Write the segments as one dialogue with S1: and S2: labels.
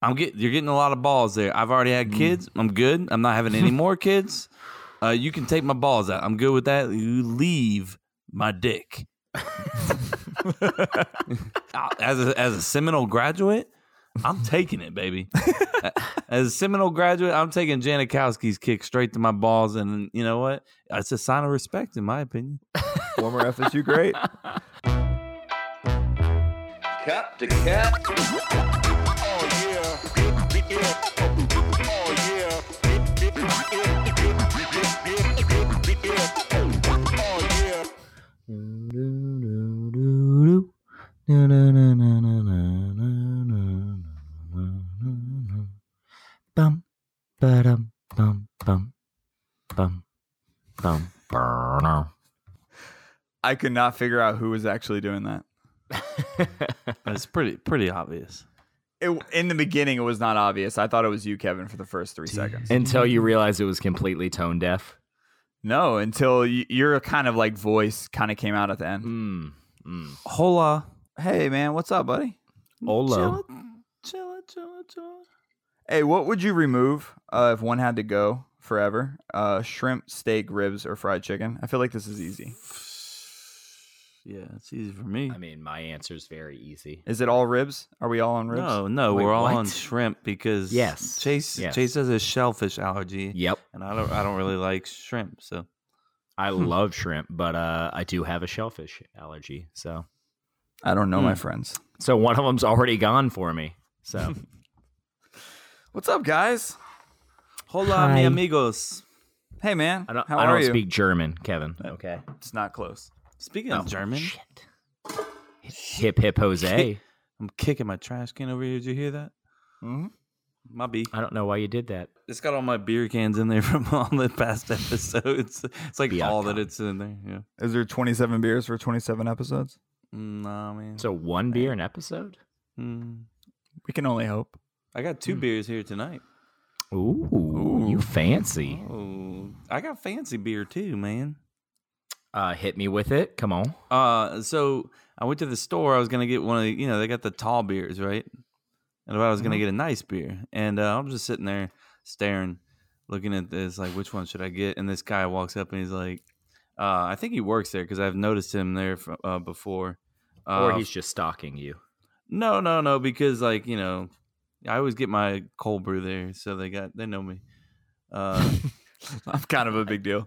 S1: I'm get you're getting a lot of balls there. I've already had kids. I'm good. I'm not having any more kids. Uh, you can take my balls out. I'm good with that. You leave my dick. as a, as a Seminole graduate, I'm taking it, baby. as a Seminole graduate, I'm taking Janikowski's kick straight to my balls, and you know what? It's a sign of respect, in my opinion.
S2: Former FSU great.
S3: Cup to cup. Oh yeah. Oh yeah. Oh yeah.
S4: Bum, ba-dum, bum, bum, bum, bum, burner.
S2: I could not figure out who was actually doing that.
S1: It's pretty pretty obvious.
S2: It, in the beginning, it was not obvious. I thought it was you, Kevin, for the first three seconds.
S5: Until you realize it was completely tone deaf.
S2: No, until y- your kind of like voice kind of came out at the end.
S5: Mm, mm.
S1: Mm-hmm. Hola,
S2: Hey, man, what's up, buddy?
S1: hola.
S2: Hey, what would you remove uh, if one had to go forever? Uh, shrimp, steak, ribs, or fried chicken? I feel like this is easy.
S1: Yeah, it's easy for me.
S5: I mean, my answer's very easy.
S2: Is it all ribs? Are we all on ribs?
S1: No, no,
S5: Wait,
S1: we're all
S5: what?
S1: on shrimp because
S5: Yes,
S1: Chase
S5: yes.
S1: Chase has a shellfish allergy,
S5: Yep,
S1: and I don't I don't really like shrimp. So
S5: I love shrimp, but uh, I do have a shellfish allergy. So,
S2: I don't know,
S5: Hmm.
S2: my friends.
S5: so one of them's already gone for me. So,
S2: What's up, guys?
S1: hola,
S4: Hi.
S1: mi amigos.
S2: Hey, man.
S5: I don't.
S2: How
S5: I
S2: are
S5: don't
S2: you?
S5: speak German, Kevin. Okay.
S2: It's not close.
S1: Speaking of German,
S5: Oh, Shit. Hip hip Jose.
S1: I'm kicking my trash can over here. Did you hear that?
S2: Mhm.
S1: My B.
S5: I don't know why you did that.
S1: It's got all my beer cans in there from all the past episodes. It's like
S5: Biatcon.
S1: all that it's in there. Yeah.
S2: Is there 27 beers for 27 episodes?
S1: Mm, Nah, man.
S5: So one beer an episode.
S1: Mm.
S2: We can only hope.
S1: I got
S5: Hmm.
S1: two beers here tonight.
S5: Ooh, you fancy.
S1: Oh, I got fancy beer too, man.
S5: Uh, hit me with it. Come on.
S1: Uh, so I went to the store. I was gonna get one of the, you know, they got the tall beers, right? And I was gonna get a nice beer, and uh, I'm just sitting there staring, looking at this, like, which one should I get? And this guy walks up and he's like, uh, I think he works there because I've noticed him there fro- uh, before. Uh,
S5: or he's just stalking you.
S1: no, no, no, because like you know, I always get my cold brew there, so they got they know me. Uh,
S2: I'm kind of a big deal.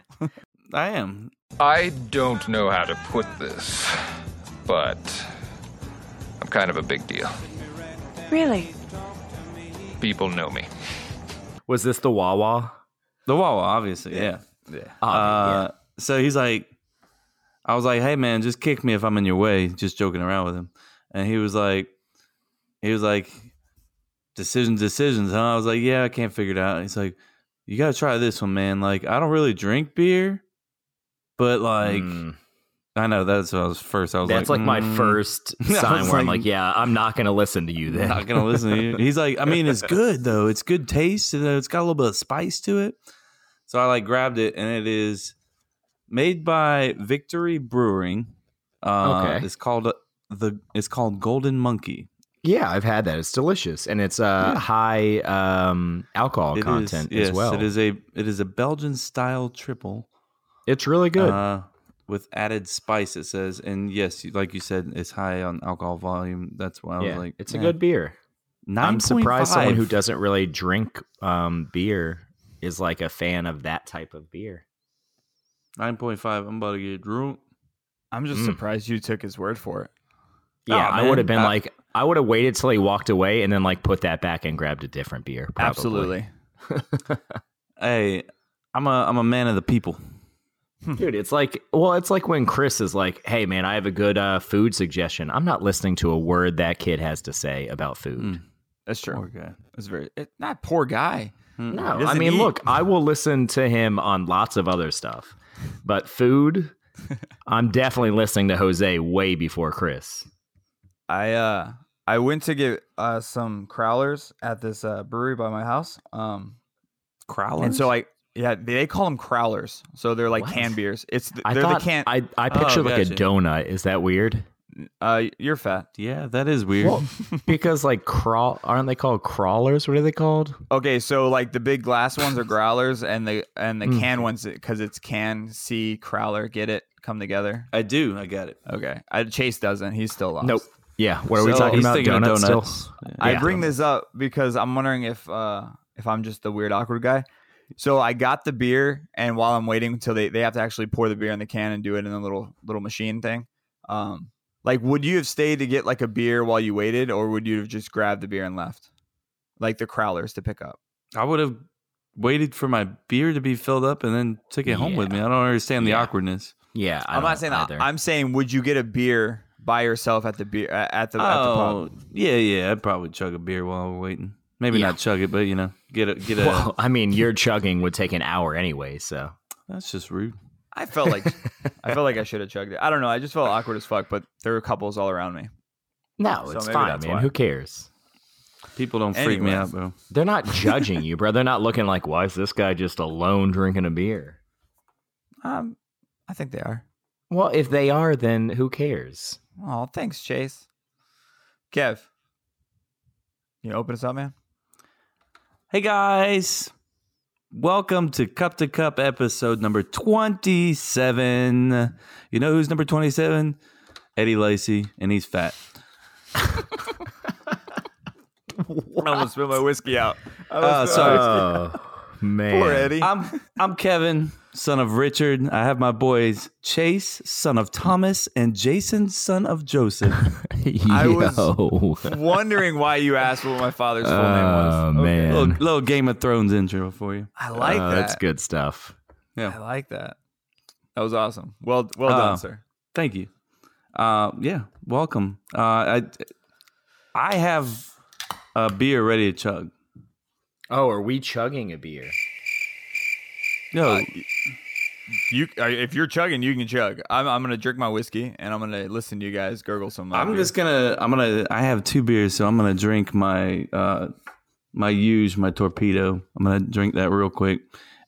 S1: I am.
S6: I don't know how to put this, but I'm kind of a big deal.
S7: Really?
S6: People know me.
S5: Was this the Wawa?
S1: The Wawa, obviously, yeah.
S5: Oh,
S1: Uh, So he's like, I was like, hey man, just kick me if I'm in your way. Just joking around with him, and he was like, he was like, decisions, decisions, huh? I was like, yeah, I can't figure it out. he's like, you gotta try this one, man. Like, I don't really drink beer, but like,
S5: Mm.
S1: I know that's what I was first. I was
S5: That's like, my
S1: mm,
S5: first
S1: I
S5: sign
S1: was
S5: where I'm
S1: like-
S5: like, yeah, I'm not going to listen to you
S1: I'm
S5: then.
S1: not gonna listen to you. He's like, I mean, it's good though. It's good taste. And it's got a little bit of spice to it. So I like grabbed it, and it is made by Victory Brewing. Uh,
S5: Okay.
S1: It's called uh, the. It's called Golden Monkey.
S5: yeah, I've had that. It's delicious and it's uh, high um, alcohol
S1: It is-
S5: content
S1: yes,
S5: as well.
S1: It is a. It is a Belgian style triple.
S5: It's really good.
S1: Uh, with added spice, it says, and yes, you- like you said, it's high on alcohol volume. That's why I
S5: yeah,
S1: was like,
S5: it's a good beer.
S1: Nine
S5: I'm surprised someone who doesn't really drink um, beer is like a fan of that type of beer.
S1: nine point five. I'm about to get drunk.
S2: I'm just
S5: Mm.
S2: surprised you took his word for it.
S5: Yeah, I
S1: Oh, man. Uh
S5: would have been
S1: I-
S5: like, I would have waited till he walked away and then like put that back and grabbed a different beer. probably.
S2: Absolutely.
S1: Hey, I'm a I'm a man of the people.
S5: Dude, it's like, well, it's like when Chris is like, hey, man, I have a good uh, food suggestion. I'm not listening to a word that kid has to say about food.
S1: Mm.
S2: That's true.
S1: Poor guy.
S2: It's very it, not poor guy.
S5: No,
S2: He
S5: I
S2: doesn't
S5: mean,
S2: eat.
S5: look, I will listen to him on lots of other stuff, but food, I'm definitely listening to Jose way before Chris.
S2: I uh I went to get uh some crowlers at this uh brewery by my house. Um
S1: Crowlers.
S2: and so I yeah, they call them crowlers. So they're like
S5: What?
S2: canned beers. It's th-
S5: I
S2: they're
S5: thought
S2: the can
S5: I I
S1: Oh,
S5: picture like
S1: gotcha.
S5: a donut. Is that weird?
S2: Uh, you're fat.
S1: Yeah, that is weird.
S5: Well, because like crawl aren't they called crawlers? What are they called?
S2: Okay, so like the big glass ones are growlers, and the and the
S5: Mm.
S2: can ones because it's can see crowler. Get it? Come together.
S1: I do. I got it.
S2: Okay, I, Chase doesn't. He's still lost.
S5: Nope. Yeah. What are we
S2: So-
S5: talking
S1: He's
S5: about?
S1: thinking of
S5: Donuts,
S1: donuts.
S5: still?
S1: Yeah.
S2: I
S5: Yeah.
S2: bring this up because I'm wondering if uh if I'm just the weird awkward guy. So I got the beer, and while I'm waiting until they they have to actually pour the beer in the can and do it in the little little machine thing. Um, like, would you have stayed to get like a beer while you waited, or would you have just grabbed the beer and left, like the crowlers to pick up?
S1: I would have waited for my beer to be filled up and then took it home with me. I don't understand the
S5: Yeah.
S1: awkwardness.
S5: Yeah. I
S2: I'm
S5: don't
S2: not saying that.
S5: either.
S2: I'm saying, would you get a beer by yourself at the beer at at the, at the pub?
S1: oh, yeah, yeah. I'd probably chug a beer while we're waiting. Maybe
S5: Yeah.
S1: not chug it, but you know, get a get a.
S5: well, I mean, your chugging would take an hour anyway, so
S1: That's just rude.
S2: I felt like I felt like I should have chugged it. I don't know. I just felt awkward as fuck. But there were couples all around me.
S5: no,
S2: So
S5: it's
S2: maybe
S5: fine,
S2: that's
S5: man.
S2: why.
S5: Who cares?
S1: People don't freak me
S2: Anyways.
S1: out, bro.
S5: They're not judging you, bro. They're not looking like, why is this guy just alone drinking a beer?
S2: Um, I think they are.
S5: Well, if they are, then who cares?
S2: Oh, thanks, Chase. Kev, you open us up, man.
S1: Hey guys, welcome to Cup to Cup episode number twenty-seven. You know who's number twenty-seven? Eddie Lacey, and he's fat.
S2: I almost spilled my whiskey out. I
S1: Uh,
S2: almost spilled-
S5: Oh,
S1: sorry.
S5: man.
S2: poor Eddie.
S1: I'm I'm Kevin, son of Richard. I have my boys Chase, son of Thomas, and Jason, son of Joseph.
S2: I was-
S5: Yo.
S2: wondering why you asked what my father's full name
S5: Oh,
S2: was. Okay.
S5: man.
S1: little, little Game of Thrones intro for you.
S2: I like
S5: Uh,
S2: that.
S5: That's good stuff.
S2: I like that. Oh. That was awesome. Well, well
S1: Uh,
S2: done, sir.
S1: Thank you. Uh, yeah, welcome. Uh, I I have a beer ready to chug.
S5: Oh, are we chugging a beer?
S1: Yo,
S2: You, uh, if you're chugging, you can chug. I'm, I'm gonna drink my whiskey and I'm gonna listen to you guys gurgle some. uh,
S1: I'm
S2: beer.
S1: just gonna I'm gonna I have two beers, so I'm gonna drink my uh my huge my torpedo. I'm gonna drink that real quick,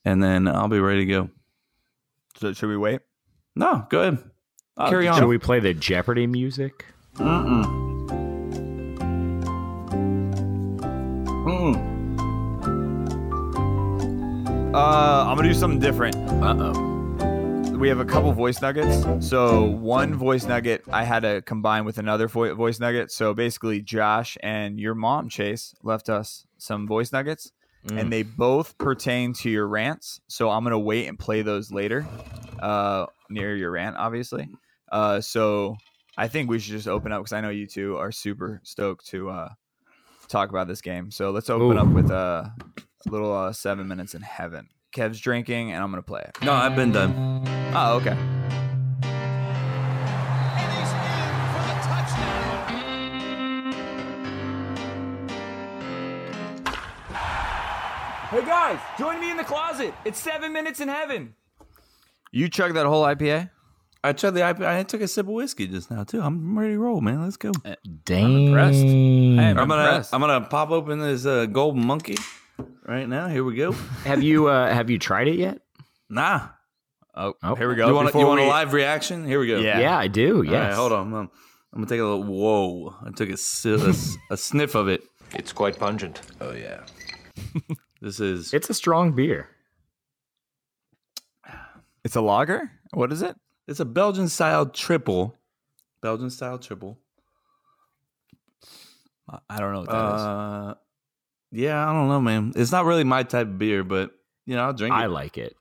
S1: and then I'll be ready to go.
S2: So should we wait?
S1: No, go ahead. Carry on.
S5: Should we play the Jeopardy music?
S2: Uh, I'm gonna do something different.
S5: Uh oh.
S2: we have a couple voice nuggets. So one voice nugget I had to combine with another vo- voice nugget. So basically, Josh and your mom Chase left us some voice nuggets, and they both pertain to your rants. So I'm gonna wait and play those later, uh, near your rant, obviously. Uh, so I think we should just open up because I know you two are super stoked to uh, talk about this game. So let's open
S5: Ooh.
S2: up with uh, a little uh, seven minutes in heaven. Kev's drinking, and I'm gonna play it.
S1: No, I've been done.
S2: Oh, okay.
S7: Hey guys, join me in the closet. It's seven minutes in heaven.
S2: You chug that whole IPA?
S1: I tried the I, I took a sip of whiskey just now too. I'm ready to roll, man. Let's go.
S2: impressed.
S5: Dang.
S2: I'm
S1: I'm gonna
S2: impressed.
S1: I'm gonna pop open this uh, golden monkey right now. Here we go.
S5: have you uh, have you tried it yet?
S1: Nah.
S2: Oh,
S5: Oh.
S2: here we go.
S1: you want
S2: Before
S1: you want
S2: we-
S1: a live reaction? Here we go.
S2: Yeah.
S5: Yeah, I do.
S1: All right,
S5: Yes.
S1: hold on. hold on. I'm gonna take a little. Whoa! I took a, si- a s- a sniff of it.
S6: It's quite pungent. Oh, yeah.
S1: This is
S5: It's a strong beer.
S2: It's a lager? What is it?
S1: it's a Belgian style triple. Belgian style triple.
S2: I- I don't know what that is.
S1: Uh, yeah, I don't know, man. It's not really my type of beer, but you know, I'll drink it.
S5: I like it.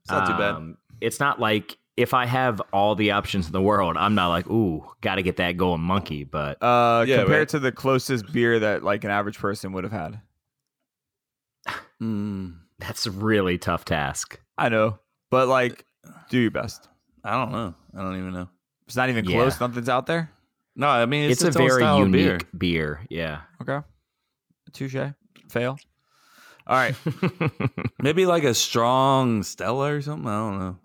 S1: it's not too bad.
S5: Um, It's not like if I have all the options in the world, I'm not like, ooh, got to get that golden monkey. But
S2: Uh,
S1: yeah,
S2: compared
S1: right.
S2: to the closest beer that like an average person would have had.
S1: Mm,
S5: that's a really tough task.
S2: I know, but like, do your best.
S1: I don't know. I don't even know.
S2: It's not even
S5: Yeah.
S2: close. Nothing's out there.
S1: No, I mean it's,
S5: It's, a
S1: own
S5: very
S1: style of beer.
S5: unique beer. Yeah.
S2: Okay. Touche. Fail. All right.
S1: Maybe like a strong Stella or something. I don't know.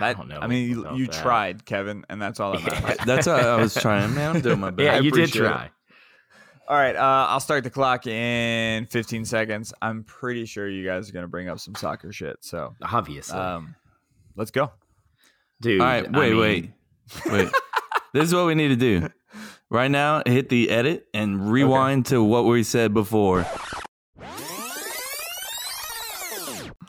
S5: I don't know.
S2: I mean, you,
S5: about
S2: you
S5: that.
S2: tried, Kevin, and that's all that matters.
S1: That's how I was trying. Man, I'm doing my best.
S5: Yeah,
S1: I
S5: you did
S1: appreciate it.
S5: try.
S2: all right. Uh, I'll start the clock in 15 seconds. I'm pretty sure you guys are going to bring up some soccer shit. So,
S5: Obviously,
S2: um, let's go.
S5: dude.
S1: Uh, All right,
S5: I
S1: wait,
S5: mean,
S1: wait, wait. This is what we need to do. Right now, hit the edit and rewind to what we said before.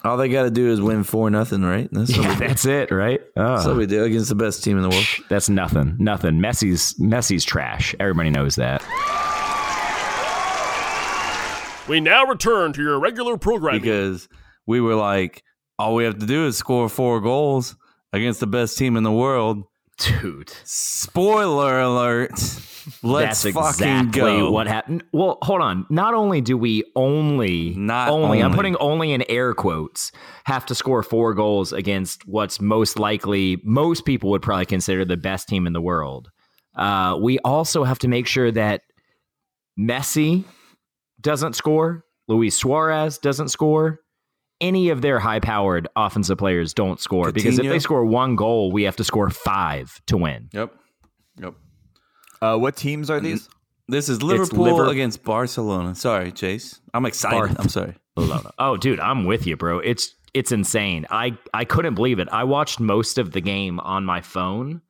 S1: All they got to do is win four nothing, right? That's what, we,
S5: That's it, right?
S1: that's what
S5: Oh,
S1: we do against the best team in the world.
S5: that's nothing. Nothing. Messi's Messi's trash. Everybody knows that.
S8: We now return to your regular programming.
S1: because we were like, all we have to do is score four goals against the best team in the world.
S5: Dude.
S1: Spoiler alert. Let's
S5: That's
S1: fucking
S5: exactly
S1: go.
S5: what happened. Well, hold on. Not only do we only,
S1: Not
S5: only, I'm
S1: only.
S5: putting only in air quotes, have to score four goals against what's most likely, most people would probably consider the best team in the world. Uh, we also have to make sure that Messi doesn't score, Luis Suarez doesn't score. Any of their high powered offensive players don't score because if
S1: Coutinho.
S5: they score one goal, we have to score five to win.
S1: Yep. Yep.
S2: Uh, what teams
S5: Mm-hmm.
S2: are these?
S1: This is Liverpool
S5: Liver-
S1: against Barcelona. Sorry, Chase. I'm excited.
S5: Barth.
S1: I'm sorry.
S5: Lolo. Oh, dude, I'm with you, bro. It's it's insane. I I couldn't believe it. I watched most of the game on my phone,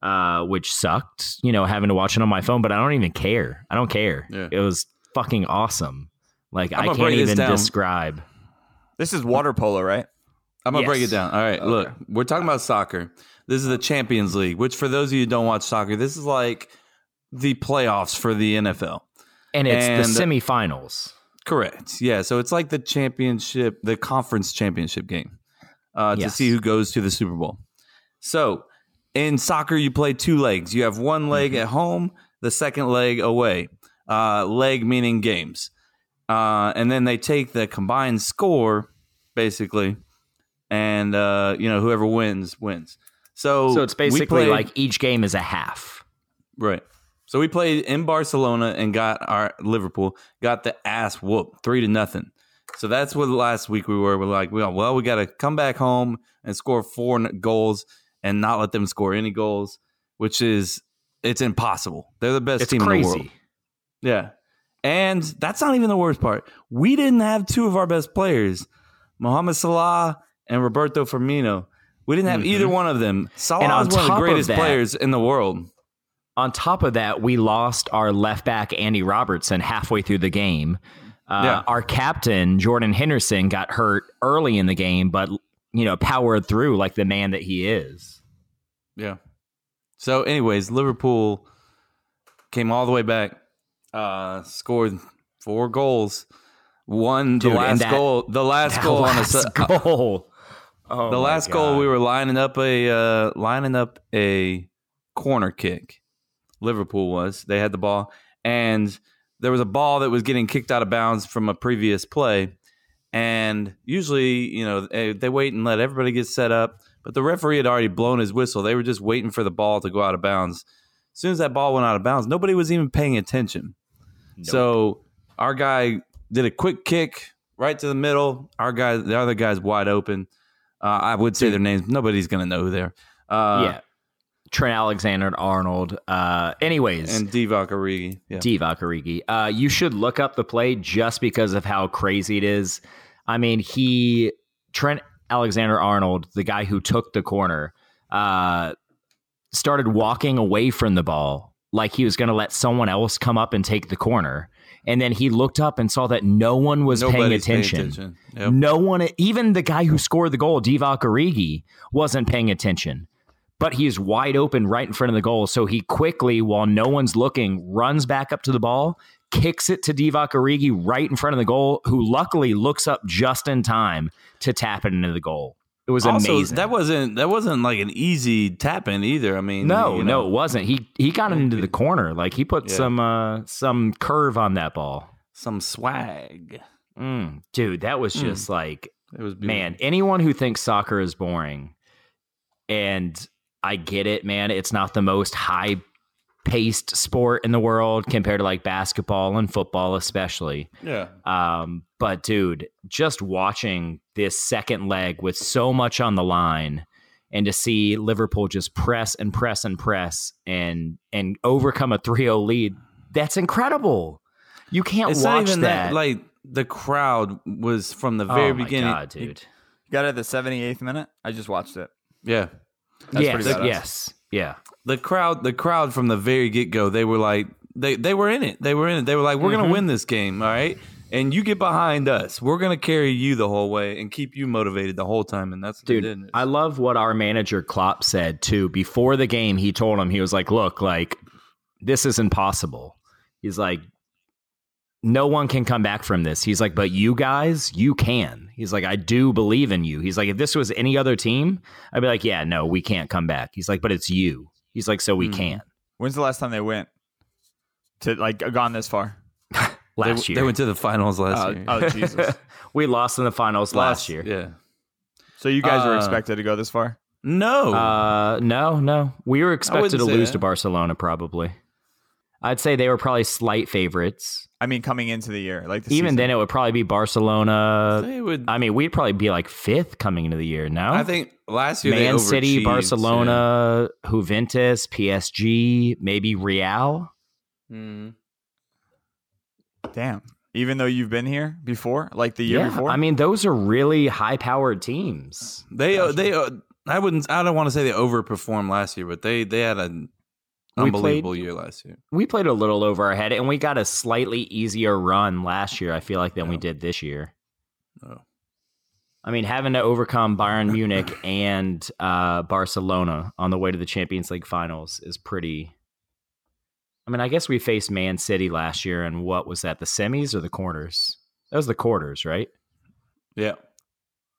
S5: uh, which sucked. You know, having to watch it on my phone, but I don't even care. I don't care.
S1: Yeah.
S5: It was fucking awesome. Like I
S1: gonna
S5: can't
S1: break this
S5: even
S1: down.
S5: describe.
S2: This is water polo, right?
S1: I'm gonna break
S5: Yes.
S1: it down. All right, look, we're talking about soccer. This is the Champions League, which for those of you who don't watch soccer, this is like the playoffs for the NFL.
S5: And it's
S1: And-
S5: the semifinals.
S1: Correct. Yeah. So it's like the championship, the conference championship game uh, to
S5: Yes.
S1: see who goes to the Super Bowl. So in soccer, you play two legs. You have one leg
S5: Mm-hmm.
S1: at home, the second leg away. Uh, leg meaning games. Uh, and then they take the combined score, basically, and uh, you know whoever wins wins. So
S5: So it's
S1: we
S5: basically
S1: played-
S5: like each game is a half.
S1: Right. So we played in Barcelona and got our Liverpool got the ass whooped three to nothing. So that's what last week we were. We're like, well, well, we got to come back home and score four n- goals and not let them score any goals, which is it's impossible. They're the best
S5: It's
S1: team in the world.
S5: crazy.
S1: Yeah. And that's not even the worst part. We didn't have two of our best players, Mohamed Salah and Roberto Firmino. We didn't have either one of them. Salah
S5: Mm-hmm.
S1: is one
S5: on
S1: of the
S5: top of
S1: greatest
S5: that-
S1: players in the world.
S5: on top of that, we lost our left back Andy Robertson halfway through the game. Uh,
S1: Yeah.
S5: Our captain Jordan Henderson got hurt early in the game, but you know powered through like the man that he is.
S1: Yeah. So, anyways, Liverpool came all the way back, uh, scored four goals, won
S5: Dude,
S1: the
S5: and
S1: last
S5: that-
S1: goal. The last
S5: That
S1: goal
S5: last
S1: on a su-
S5: goal. Oh
S1: the
S5: my
S1: last
S5: God.
S1: goal we were lining up a uh, lining up a corner kick. Liverpool was they had the ball and there was a ball that was getting kicked out of bounds from a previous play and usually you know they, they wait and let everybody get set up but the referee had already blown his whistle they were just waiting for the ball to go out of bounds as soon as that ball went out of bounds nobody was even paying attention so our guy did a quick kick right to the middle our guy the other guy's wide open uh, I would say their names. Nobody's gonna know who they're. Uh,
S5: yeah, Trent Alexander Arnold. Uh, anyways,
S1: and Divock Origi. Yeah.
S5: Divock Origi. Uh, you should look up the play just because of how crazy it is. I mean, he Trent Alexander Arnold, the guy who took the corner, uh, started walking away from the ball like he was going to let someone else come up and take the corner, and then he looked up and saw that no one was paying
S1: Nobody's
S5: attention.
S1: Yep.
S5: No one, even the guy who scored the goal, Divock Origi, wasn't paying attention. But he's wide open right in front of the goal. So he quickly, while no one's looking, runs back up to the ball, kicks it to Divock Origi right in front of the goal, who luckily looks up just in time to tap it into the goal. It was
S1: Also,
S5: amazing.
S1: that wasn't that wasn't like an easy tap in either. I mean,
S5: no,
S1: you
S5: no,
S1: know,
S5: it wasn't. He he got into the corner. Like he put
S1: Yeah.
S5: some uh some curve on that ball.
S1: some swag.
S5: Mm, dude, that was just like
S1: It was beautiful.
S5: man anyone who thinks soccer is boring and i get it man it's not the most high paced sport in the world compared to like basketball and football especially
S1: Yeah,
S5: um, but dude just watching this second leg with so much on the line and to see liverpool just press and press and press and and overcome a 3-0 lead that's incredible you can't
S1: it's
S5: watch
S1: not even that.
S5: that
S1: Like the crowd was from the
S5: Oh
S1: very
S5: my
S1: beginning.
S5: God, dude
S2: Got it at the 78th minute. I just watched it.
S1: Yeah,
S2: That's
S5: yes,
S2: pretty badass.
S5: yes yeah
S1: the crowd the crowd from the very get go they were like they they were in it they were in it they were like we're
S5: Mm-hmm.
S1: gonna win this game all right and you get behind us we're gonna carry you the whole way and keep you motivated the whole time and that's what they
S5: Dude,
S1: did.
S5: I love what our manager Klopp said too. Before the game, he told him he was like, "Look, like this is impossible." He's like, "No one can come back from this." He's like, "But you guys, you can." He's like, "I do believe in you." He's like, "If this was any other team, I'd be like, yeah, no, we can't come back." He's like, "But it's you." He's like, "So we
S1: Hmm.
S5: can."
S2: When's the last time they went to like uh, gone this far?
S1: they,
S5: Last
S1: they
S5: year,
S1: went to the finals last
S2: Oh,
S1: year
S2: oh, Jesus!
S5: we lost in the finals Uh, last year.
S1: yeah
S2: So you guys were
S1: Uh,
S2: expected to go this far?
S1: no
S5: Uh, no, no. We were expected
S1: Oh. wouldn't
S5: to
S1: say
S5: lose
S1: that.
S5: to Barcelona, probably. I'd say they were probably slight favorites.
S2: I mean, coming into the year, like the
S5: Even
S2: season.
S5: then, it would probably be Barcelona.
S1: they would
S5: Uh, I mean, we'd probably be like fifth coming into the year. No,
S1: I think last year
S5: Man
S1: they
S5: City,
S1: overachieved,
S5: Barcelona, Juventus, PSG, maybe Real.
S1: yeah. Mhm.
S2: Damn. Even though you've been here before, like the year
S5: yeah,
S2: before.
S5: I mean, those are really high-powered teams.
S1: They they uh, I wouldn't I don't want to say they overperformed last year, but they they had an
S5: We played-
S1: unbelievable year last year.
S5: We played a little over our head, and we got a slightly easier run last year. I feel like than we
S1: Yeah.
S5: did this year.
S1: Oh.
S5: I mean, having to overcome Bayern Munich and uh, Barcelona on the way to the Champions League finals is pretty. I mean, I guess we faced Man City last year, and what was that? The semis or the quarters? That was the quarters, right?
S1: Yeah.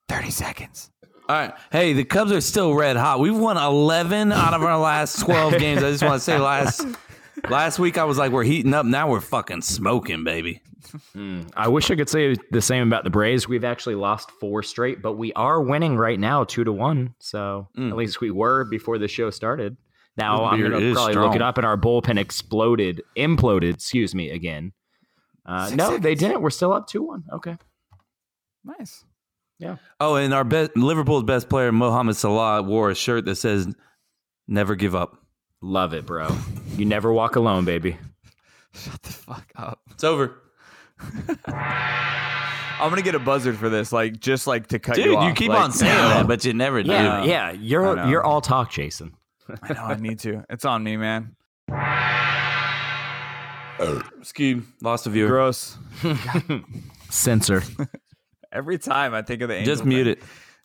S2: thirty seconds.
S1: All right. Hey, the Cubs are still red hot. We've won 11 out of our last 12 games. I just want to say last last week I was like we're heating up. Now we're fucking smoking, baby.
S5: I wish I could say the same about the Braves. We've actually lost four straight, but we are winning right now, two to one. So
S1: Mm.
S5: at least we were before the show started. Now
S1: This
S5: I'm
S1: beer
S5: going to
S1: is
S5: probably look
S1: strong.
S5: it up, and our bullpen exploded, imploded. Excuse me again. Uh, no, they didn't. We're still up two one. Okay.
S2: Nice.
S1: Oh, and our best Liverpool's best player Mohamed Salah wore a shirt that says never give up.
S5: Love it, bro. You never walk alone, baby.
S2: Shut the fuck up.
S1: It's over.
S2: I'm gonna get a buzzard for this, like just like to cut
S1: Dude,
S2: you
S1: you,
S2: off.
S1: keep
S2: like-
S1: on saying that, but you never
S5: Yeah,
S1: do.
S5: yeah. You're
S2: know.
S5: you're all talk, Jason.
S2: I know I need to. It's on me, man.
S1: Ski lost a viewer.
S2: Gross.
S5: Censor.
S2: Every time I think of the angel
S1: Just mute it.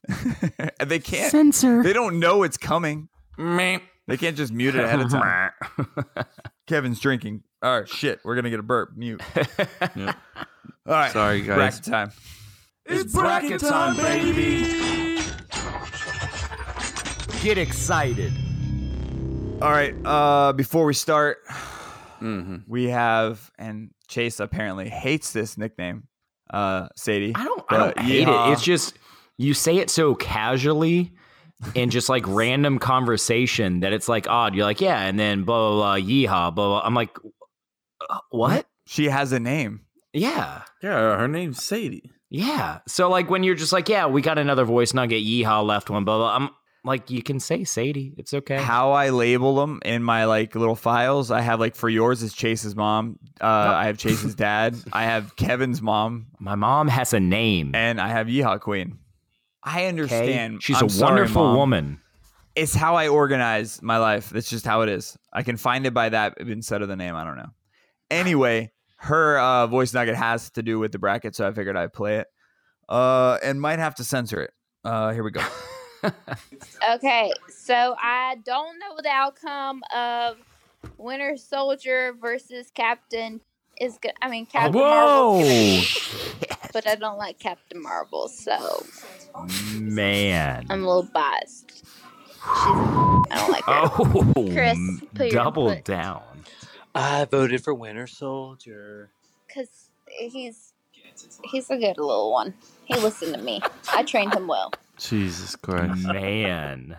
S2: it. they can't.
S5: Censor.
S2: They don't know it's coming.
S1: Meh.
S2: They can't just mute it ahead of time. Kevin's drinking. All right, shit. We're gonna get a burp. Mute.
S1: Yep.
S2: All right.
S1: Sorry, guys.
S2: Bracket time.
S1: It's bracket time, baby.
S5: Get excited.
S2: All right. Uh, before we start,
S1: hmm
S2: we have and Chase apparently hates this nickname. Uh, Sadie.
S5: I don't. I don't
S2: But
S5: hate
S2: yeehaw.
S5: it. It's just you say it so casually and just like random conversation that it's like odd. You're like, yeah, and then blah blah blah, yeehaw, blah blah. I'm like, uh, what?
S2: She has a name.
S5: Yeah,
S1: Yeah, her name's Sadie.
S5: yeah. So like when you're just like, yeah, we got another voice nugget, yeehaw, left one, blah blah. I'm like, you can say Sadie. It's okay.
S2: How I label them in my like little files. I have like for yours is Chase's mom. Uh, I have Chase's dad. I have Kevin's mom,
S5: My mom has a name.
S2: and I have Yeehaw Queen. I
S5: okay?
S2: understand.
S5: She's
S2: I'm
S5: a
S2: sorry,
S5: wonderful
S2: Mom.
S5: woman.
S2: It's how I organize my life. That's just how it is. I can find it by that instead of the name. I don't know. Anyway, her uh, voice nugget has to do with the bracket, so I figured I'd play it. Uh, and might have to censor it. Uh, here we go.
S9: Okay, so I don't know the outcome of Winter Soldier versus Captain is good. I mean Captain Marvel, but I don't like Captain Marvel, so
S5: man.
S9: I'm a little biased. She's, I don't like her.
S5: Oh,
S9: Chris, put your
S5: double
S9: foot.
S5: down.
S10: I voted for Winter Soldier.
S9: because he's he's a good little one. He listened to me. I trained him well.
S1: Jesus Christ.
S5: Man.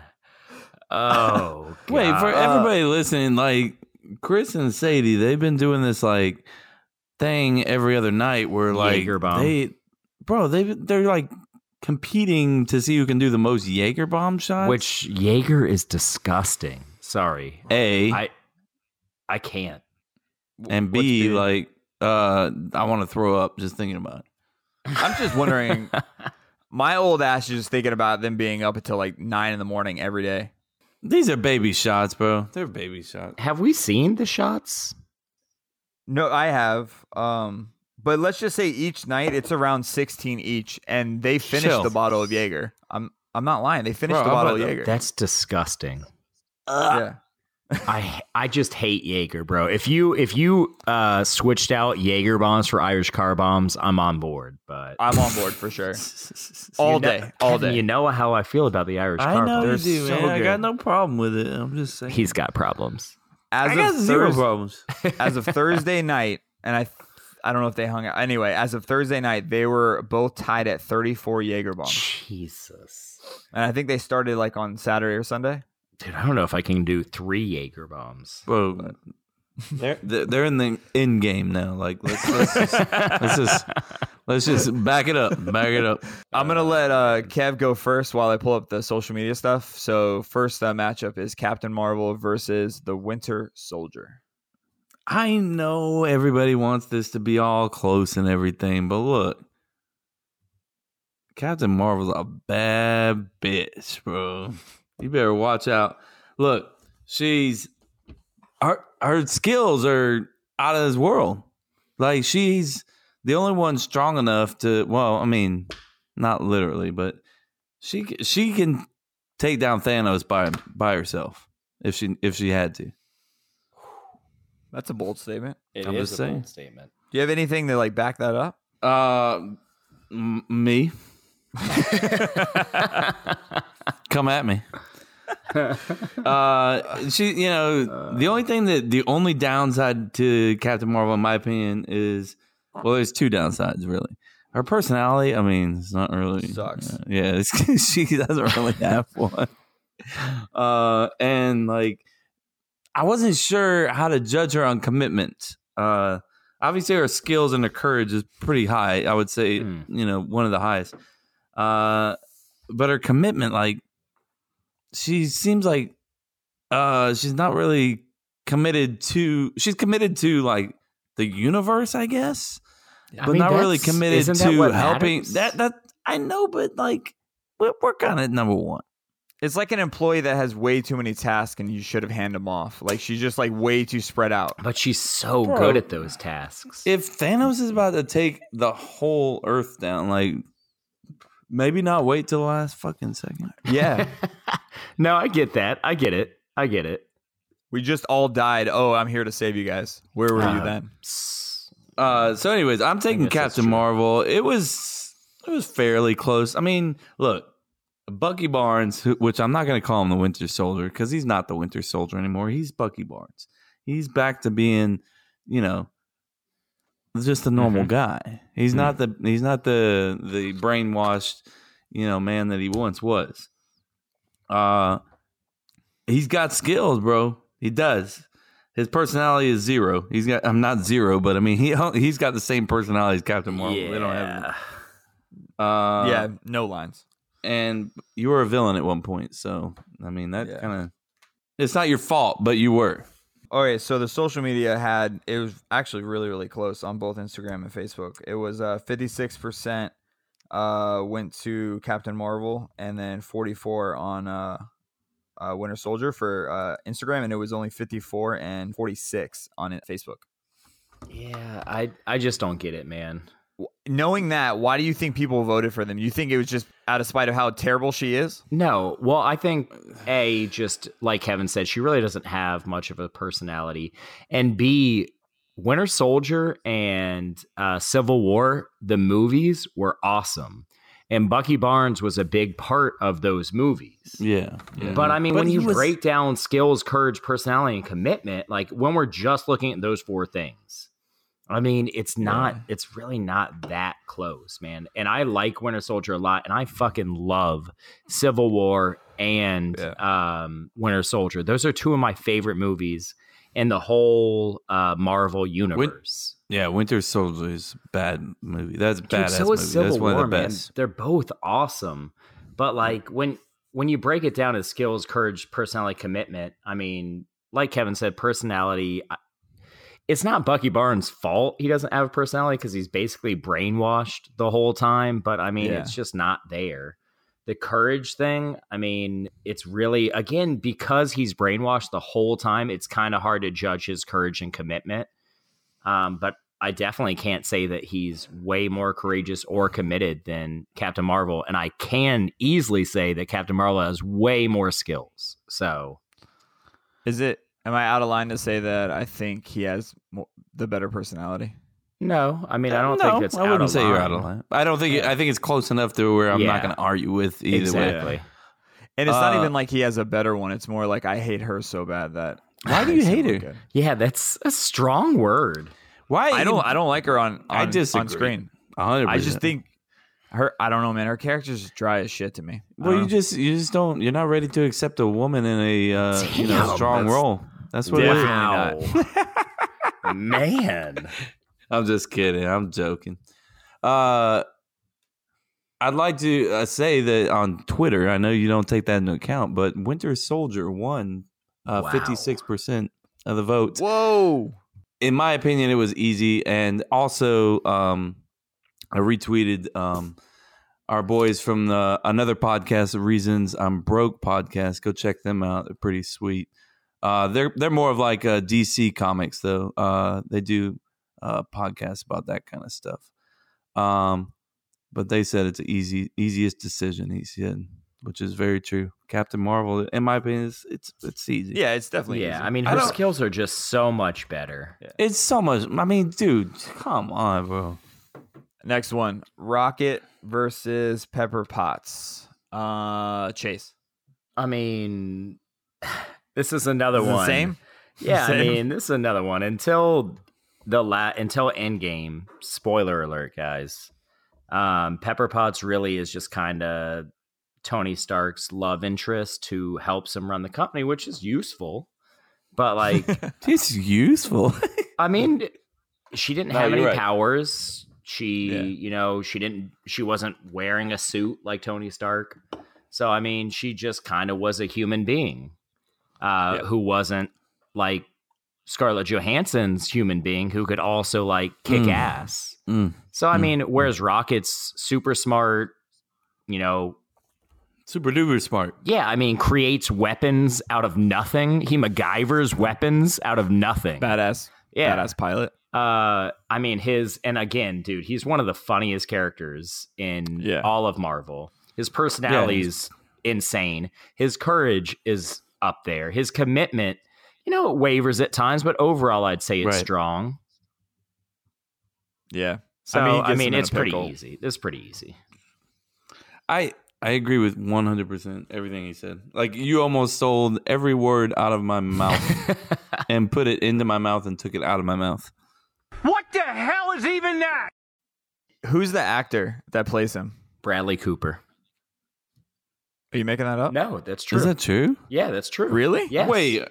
S5: Oh.
S1: Wait, for
S5: God.
S1: everybody listening, like Chris and Sadie, they've been doing this like thing every other night where like
S5: Jaeger bomb.
S1: they bro, they they're like competing to see who can do the most Jaeger bomb shots.
S5: Which Jaeger is disgusting. Sorry.
S1: A
S5: I I can't.
S1: and B, like uh I want to throw up just thinking about it.
S2: I'm just wondering. my old ass is just thinking about them being up until like nine in the morning every day.
S1: These are baby shots, bro. They're baby shots.
S5: Have we seen the shots?
S2: No, I have. Um, but let's just say each night it's around sixteen each, and they finished
S1: Chill.
S2: the bottle of Jaeger. I'm I'm not lying. They finished
S1: Bro,
S2: the
S1: how
S2: bottle of
S1: about the-
S2: Jaeger.
S5: That's disgusting.
S2: yeah.
S5: I I just hate Jaeger, bro. If you if you uh switched out Jaeger bombs for Irish car bombs, I'm on board. But
S2: I'm on board for sure. All
S5: You know-
S2: day, all
S5: Kevin,
S2: day.
S5: You know how I feel about the Irish
S1: I
S5: car
S1: know you
S5: bombs.
S1: do,
S2: so
S1: man. I got
S2: good.
S1: no problem with it. I'm just saying.
S5: He's got problems.
S2: As
S1: I got
S2: of
S1: zero
S2: Thursday,
S1: problems.
S2: as of Thursday night, and I I don't know if they hung out. Anyway, as of Thursday night, they were both tied at 34 Jaeger
S1: Oh.
S2: bombs,
S5: Jesus,
S2: and I think they started like on Saturday or Sunday.
S5: dude, I don't know if I can do three Jaeger bombs.
S1: Bro,
S10: There-
S1: they're, they're in the end game now. Like, let's, let's, just, let's just let's just back it up. Back it up.
S2: I'm gonna let uh, Kev go first while I pull up the social media stuff. So first uh, matchup is Captain Marvel versus the Winter Soldier.
S1: I know everybody wants this to be all close and everything, but look, Captain Marvel's a bad bitch, bro. You better watch out. Look, she's her her skills are out of this world. Like she's the only one strong enough to. Well, I mean, not literally, but she c- she can take down Thanos by by herself if she if she had to.
S2: That's a bold statement.
S10: It
S1: I'm
S10: is
S1: just
S10: a
S1: saying.
S10: bold statement.
S2: Do you have anything to like back that up?
S1: Uh, m- me. Come at me. uh, she, you know, the only thing that the only downside to Captain Marvel, in my opinion, is well, there's two downsides really. Her personality, I mean, it's not really
S2: Sucks.
S1: uh, yeah, it's, she doesn't really have one. Uh, and like, I wasn't sure how to judge her on commitment. Uh, obviously her skills and her courage is pretty high. I would say,
S5: Hmm.
S1: you know, one of the highest. Uh, but her commitment, like, she seems like uh, she's not really committed to. She's committed to like the universe, I guess,
S5: I
S1: but
S5: mean,
S1: not really
S5: that's-
S1: committed
S5: isn't that
S1: to
S5: what
S1: helping.
S5: matters?
S1: That that I know, but like, we'll work on it. Number one.
S2: It's like an employee that has way too many tasks and you should have handed them off. Like she's just like way too spread out.
S5: But she's so
S1: Bro.
S5: good at those tasks.
S1: If Thanos is about to take the whole Earth down, like. Maybe not wait till the last fucking second.
S2: Yeah.
S5: no, I get that. I get it. I get it.
S2: we just all died. Oh, I'm here to save you guys. Where were you
S5: Uh,
S2: then?
S5: S-
S1: Uh, so, anyways, I'm taking
S5: guess that's
S1: Captain
S5: true.
S1: Marvel. It was it was fairly close. I mean, look, Bucky Barnes, who, which I'm not going to call him the Winter Soldier because he's not the Winter Soldier anymore. He's Bucky Barnes. He's back to being, you know, just a normal
S5: Mm-hmm.
S1: guy. He's not the he's not the the brainwashed, you know, man that he once was. Uh, he's got skills, bro. He does. His personality is zero. He's got. I'm not zero, but I mean, he he's got the same personality as Captain Marvel. They don't have.
S5: Yeah.
S1: Uh,
S2: yeah, no lines.
S1: and you were a villain at one point, so I mean that
S2: Yeah.
S1: kind of. It's not your fault, but you were.
S2: All right, so the social media had it was actually really really close on both Instagram and Facebook. It was uh 56% uh went to Captain Marvel and then 44 on uh uh, Winter Soldier for uh, Instagram, and it was only 54 and 46 on it, Facebook.
S5: Yeah, I I just don't get it, man.
S2: W- Knowing that, why do you think people voted for them? You think it was just out of spite of how terrible she is?
S5: No, well, I think A, just like Kevin said, she really doesn't have much of a personality. And B, Winter Soldier and uh, Civil War, the movies were awesome. And Bucky Barnes was a big part of those movies.
S1: Yeah,
S5: But I mean, when
S1: he
S5: you
S1: was-
S5: break down skills, courage, personality, and commitment, like when we're just looking at those four things, I mean, it's not, it's really not that close, man. And I like Winter Soldier a lot, and I fucking love Civil War and um, Winter Soldier. Those are two of my favorite movies in the whole uh, Marvel universe.
S1: yeah, Winter Soldier is a bad movie. That's a
S5: Dude,
S1: badass
S5: so
S1: movie.
S5: is Civil
S1: That's one
S5: War,
S1: of the
S5: man.
S1: best.
S5: They're both awesome, but like when when you break it down to skills, courage, personality, commitment. I mean, like Kevin said, personality. I- It's not Bucky Barnes' fault he doesn't have a personality because he's basically brainwashed the whole time. But I mean,
S2: Yeah.
S5: it's just not there. the courage thing, I mean, it's really again because he's brainwashed the whole time. It's kind of hard to judge his courage and commitment. Um, but I definitely can't say that he's way more courageous or committed than Captain Marvel, and I can easily say that Captain Marvel has way more skills. So
S2: Is it? Am I out of line to say that I think he has mo the better personality?
S5: no, I mean, I don't
S1: Uh, No,
S5: think it's.
S1: I wouldn't say you're out of line. I don't think. I think it's close enough to where I'm
S5: Yeah.
S1: not going to argue with either way.
S5: Exactly.
S2: And it's not
S1: Uh,
S2: even like he has a better one. It's more like I hate her so bad that
S1: Why do you
S2: makes him
S1: hate
S2: look
S1: her?
S2: good.
S5: Yeah, that's a strong word.
S1: Why?
S2: I don't. I don't like her on.
S1: I
S2: on-
S1: disagree.
S2: on screen.
S1: don't.
S2: I just think her. I don't know, man. Her character's just dry as shit to me. I
S1: Well,
S2: don't
S1: you
S2: know.
S1: just you just don't. You're not ready to accept a woman in a uh, you know
S5: Damn,
S1: strong
S5: that's
S1: role. That's what it is.
S5: Wow. Man.
S1: I'm just kidding. I'm joking. Uh, I'd like to uh, say that on Twitter, I know you don't take that into account, but Winter Soldier won uh,
S5: Wow.
S1: 56% of the votes.
S2: Whoa.
S1: In my opinion, it was easy. And also, um, I retweeted um, our boys from the another podcast, Reasons I'm Broke podcast. Go check them out. They're pretty sweet. Uh, they're they're more of like uh, DC comics though. Uh, they do uh, podcasts about that kind of stuff. Um, but they said it's the easy easiest decision. He said, which is very true. Captain Marvel, in my opinion, it's it's, it's easy.
S2: Yeah, it's definitely.
S5: Yeah,
S2: easy.
S5: I mean,
S1: I
S5: her
S1: don't-
S5: skills are just so much better.
S1: it's so much. I mean, dude, come on, bro.
S2: Next one: Rocket versus Pepper Potts. Uh, Chase.
S5: I mean, this is another
S2: Is it the
S5: one.
S2: same?
S5: Yeah, I
S2: Same?
S5: mean, this is another one. Until the la- until Endgame. Spoiler alert, guys. Um, Pepper Potts really is just kind of Tony Stark's love interest who helps him run the company, which is useful. But like,
S1: It's useful.
S5: I mean, she didn't
S1: No,
S5: have
S1: you're
S5: any
S1: right.
S5: powers. She,
S2: Yeah.
S5: you know, she didn't. She wasn't wearing a suit like Tony Stark. So I mean, she just kind of was a human being, uh,
S2: Yeah.
S5: who wasn't like Scarlett Johansson's human being, who could also like kick
S1: Mm.
S5: ass.
S1: Mm.
S5: So I
S1: Mm.
S5: mean, whereas Rocket's super smart, you know,
S1: Super duper smart.
S5: yeah, I mean, creates weapons out of nothing. He MacGyver's weapons out of nothing.
S2: Badass.
S5: yeah,
S2: Badass pilot.
S5: uh i mean his and again dude he's one of the funniest characters in
S2: Yeah.
S5: all of marvel his personality
S1: Yeah,
S5: is insane his courage is up there his commitment you know it wavers at times but overall i'd say it's
S1: Right.
S5: strong
S2: Yeah.
S5: so
S2: I
S5: i
S2: mean, he
S5: mean,
S2: gets him in a
S5: it's pretty
S2: pickle.
S5: easy it's pretty easy
S1: I I agree with 100% everything he said. Like you almost sold every word out of my mouth and put it into my mouth and took it out of my mouth.
S2: Who's the actor that plays him?
S5: bradley cooper
S2: Are you making that up?
S5: no that's true
S1: Is that true?
S5: yeah that's true
S2: Really?
S5: yes.
S1: Wait,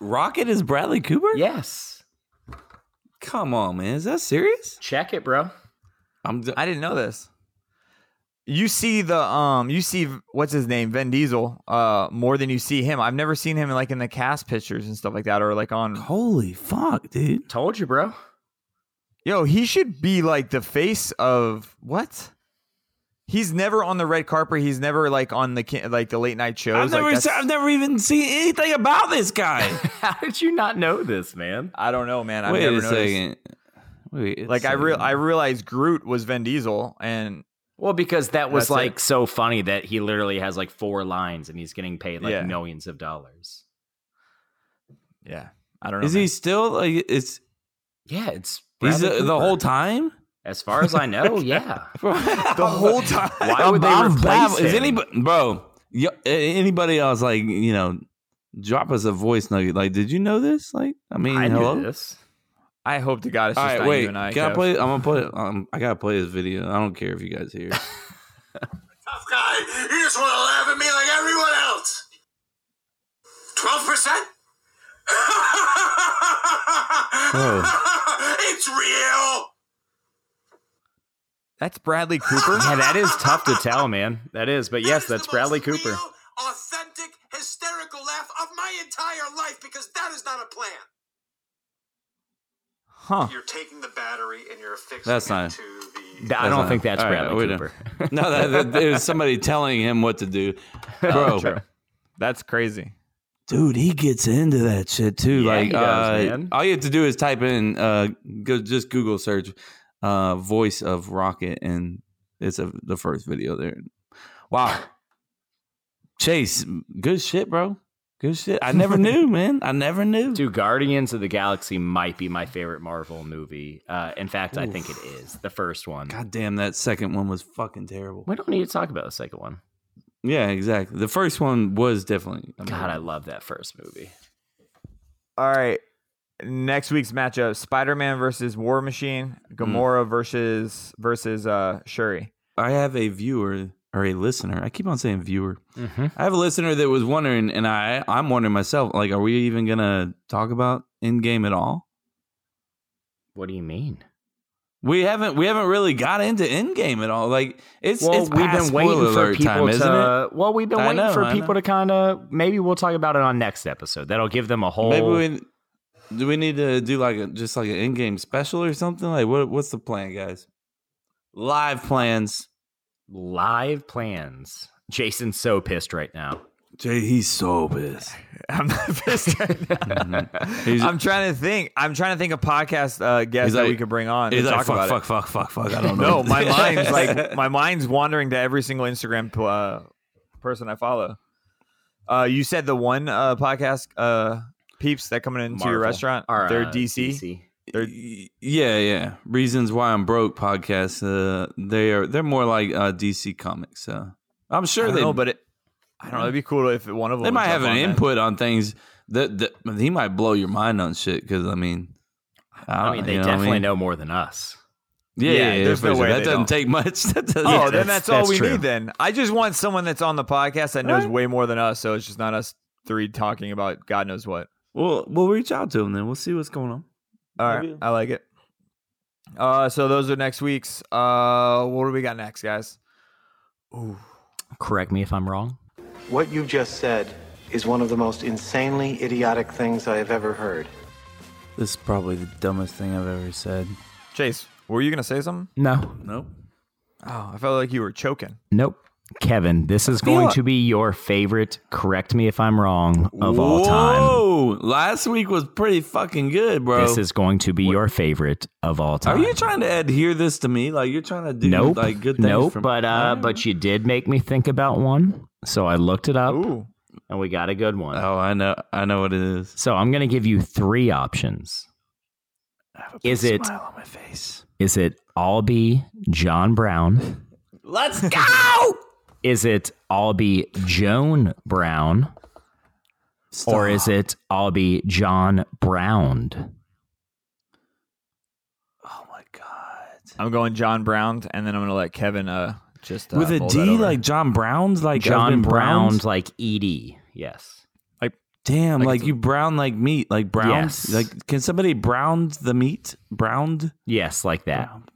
S1: Rocket is Bradley Cooper?
S5: yes
S1: Come on, man. Is that serious?
S5: check it bro
S1: I'm d-
S2: I didn't know this. You see the um, you see what's his name, Vin Diesel, uh, more than you see him. I've never seen him like in the cast pictures and stuff like that, or like on.
S1: Holy fuck, dude.
S5: told you bro
S2: Yo, he should be like the face of what? He's never on the red carpet. He's never like on the ki- like the late night shows.
S1: I've
S2: like,
S1: never
S2: that's-
S1: se- I've never even seen anything about this guy.
S5: how did you not know this man
S2: I don't know, man. I've
S1: Wait
S2: never
S1: a
S2: noticed.
S1: second. Wait. a
S2: Like I real
S1: second.
S2: I realized Groot was Vin Diesel, and
S5: Well, because that was
S2: That's
S5: like
S2: it.
S5: so funny that he literally has like four lines and he's getting paid like
S2: Yeah.
S5: millions of dollars.
S2: yeah, I don't know.
S1: Is he still like it's
S5: Yeah, it's
S1: he's
S5: Bradley
S1: uh, the whole
S5: Cooper.
S1: time?
S5: As far as I know, yeah.
S2: the whole time?
S5: Why would they
S1: I'm
S5: replace
S1: baffled. Is
S5: him?
S1: anybody, bro? yo- a- anybody else like you know? Drop us a voice nugget. Like, did you know this? Like, I mean,
S5: I
S1: hello.
S5: knew this.
S2: I hope to God it's
S1: All
S2: just
S1: right,
S2: not
S1: wait.
S2: you and I.
S1: can I
S2: Kev.
S1: play? I'm gonna play. Um, I gotta play this video. I don't care if you guys hear. it.
S11: tough guy. You just want to laugh at me like everyone else. 12%? It's real.
S2: That's Bradley Cooper.
S5: Yeah, that is tough to tell, man. That is, but yes,
S11: That is
S5: that's
S11: the
S5: Bradley
S11: most
S5: Cooper.
S11: real, authentic, hysterical laugh of my entire life because that is not a plan.
S2: Huh.
S5: Oh.
S11: You're taking the battery and you're affixing
S1: That's
S11: it
S1: not-
S11: to the
S5: I don't think that's
S1: All right,
S5: Bradley
S1: we
S5: Cooper.
S1: don't- no, that, that, it was somebody telling him what to do. Bro,
S2: that's crazy.
S1: dude, he gets into that shit too.
S2: Yeah,
S1: like,
S2: he does,
S1: uh,
S2: man.
S1: all you have to do is type in, uh, go just Google search, uh, voice of Rocket, and it's a, the first video there. Wow, Chase, good shit, bro. Good shit. I never knew, man. I never knew.
S5: Dude, Guardians of the Galaxy might be my favorite Marvel movie. Uh, in fact, I think it is the first one.
S1: God damn, that second one was fucking terrible.
S5: We don't need to talk about the second one.
S1: Yeah, exactly. The first one was definitely.
S5: God, I love that first movie.
S2: All right. Next week's matchup: Spider-Man versus War Machine,
S1: Mm.
S2: Gamora versus versus uh, Shuri.
S1: I have a viewer or a listener. I keep on saying viewer. I have a listener that was wondering, and I I'm wondering myself, like, are we even gonna talk about in game at all?
S5: What do you mean?
S1: We haven't we haven't really got into in game at all. Like it's
S5: well,
S1: it's
S5: we've
S1: past
S5: been waiting
S1: spoiler
S5: for
S1: alert
S5: people
S1: time,
S5: to.
S1: isn't it?
S5: Well, we've been
S1: I
S5: waiting
S1: know,
S5: for
S1: I
S5: people to kind of. Maybe we'll talk about it on next episode. That'll give them a whole.
S1: Maybe we
S5: Oh.
S1: do we need to do like a, just like an in game special or something? Like what what's the plan, guys? Live plans.
S5: Live plans. Jason's so pissed right now.
S1: Jay, he's so pissed. Mm-hmm.
S2: I'm not pissed. right now.
S1: He's-
S2: I'm trying to think. I'm trying to think of podcast uh, guests
S1: He's
S2: that
S1: like-
S2: we could bring on to
S1: he's like
S2: talk
S1: fuck
S2: about
S1: fuck,
S2: it.
S1: fuck fuck fuck I don't know.
S2: No, my mind's like my mind's wandering to every single Instagram uh, person I follow. Uh, you said the one uh, podcast uh, peeps that coming into your
S5: Marvel.
S2: restaurant.
S5: Or,
S2: they're
S5: uh, DC.
S1: Yeah, yeah. Reasons why I'm broke podcast. Uh, they are they're more like uh, DC Comics. So I'm
S2: I
S1: sure
S2: don't
S1: they
S2: know, but it, I don't know. It'd be cool if one of them
S1: they
S2: would
S1: might have
S2: jump
S1: an
S2: on that.
S1: input on things that, that he might blow your mind on shit. Because I mean,
S5: I
S1: don't-
S5: mean, they
S1: you what Uh, I
S5: definitely
S1: mean?
S5: know more than us.
S1: Yeah,
S2: Yeah,
S1: yeah, yeah,
S2: there's
S1: for
S2: no
S1: sure.
S2: way
S1: that
S2: they
S1: doesn't
S2: don't.
S1: take much. That doesn't,
S2: Oh,
S5: Yeah,
S2: then
S5: that's-
S2: that's, all
S5: that's
S2: we
S5: true.
S2: need. Then I just want someone that's on the podcast that knows way more than us. So it's just not us three talking about God knows what.
S1: we'll we'll reach out to him then. We'll see what's going on.
S2: All right, I like it. Uh, so those are next week's. Uh, what do we got next, guys?
S5: Correct me if I'm wrong.
S12: What you just said is one of the most insanely idiotic things I have ever heard.
S1: This is probably the dumbest thing I've ever said.
S2: Chase, were you gonna say something?
S5: No.
S1: Nope.
S2: Oh, I felt like you were choking.
S5: Nope. Kevin, this is going
S2: like-
S5: to be your favorite. Correct me if I'm wrong of all time.
S1: Whoa! Last week was pretty fucking good, bro.
S5: This is going to be your favorite of all
S1: Are
S5: time.
S1: you trying to adhere this to me? Like you're trying to do
S5: nope.
S1: like good things?
S5: nope.
S1: from- Ah.
S5: but uh, but you did make me think about one, so I looked it up,
S2: Ooh,
S5: and we got a good one.
S1: oh, I know, I know what it is.
S5: So I'm going to give you three options. Is it
S1: Smile on my face.
S5: is it Albie John Brown?
S1: Let's go.
S5: Is it Albie Joan Brown? Or is it Albie John Browned?
S1: Oh my god!
S2: I'm going John Brown, and then I'm gonna let Kevin. Uh, just uh,
S1: With a
S2: mull that
S1: D,
S2: over.
S1: like John Brown's, like John
S5: John Browned
S1: Brown's.
S5: like ED. Yes.
S1: Damn,
S2: Like
S1: like
S2: it's-
S1: you brown like meat, like brown.
S5: Yes.
S1: Like, can somebody brown the meat? Browned?
S5: Yes, like that.
S1: Browned.